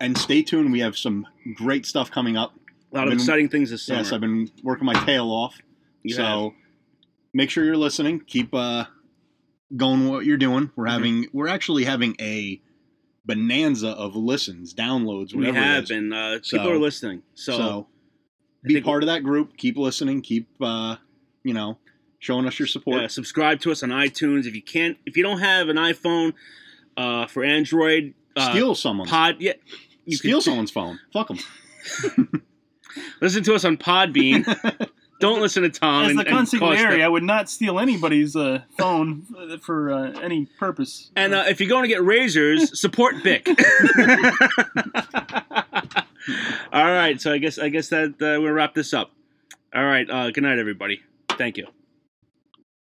and stay tuned. We have some great stuff coming up. A lot of Been- exciting things this summer. Yes, I've been working my tail off. You so have. make sure you're listening. Keep uh, going what you're doing. Mm-hmm. We're having we're actually having a bonanza of listens, downloads, we whatever it have is. been. Uh, So- people are listening. So, uh, so, I be think- part of that group. Keep listening. Keep uh, you know showing us your support. yeah, subscribe to us on iTunes. If you can't, if you don't have an iPhone uh, for Android, uh, Steal someone's Pod. Yeah, you steal can someone's phone. Fuck them. listen to us on Podbean. don't listen to Tom. as and, the and cause consigliere, them- I would not steal anybody's uh, phone uh, for uh, any purpose. And uh, if you're going to get razors, support Bic. All right, so I guess I guess that uh, we'll wrap this up. All right, uh, good night, everybody. Thank you.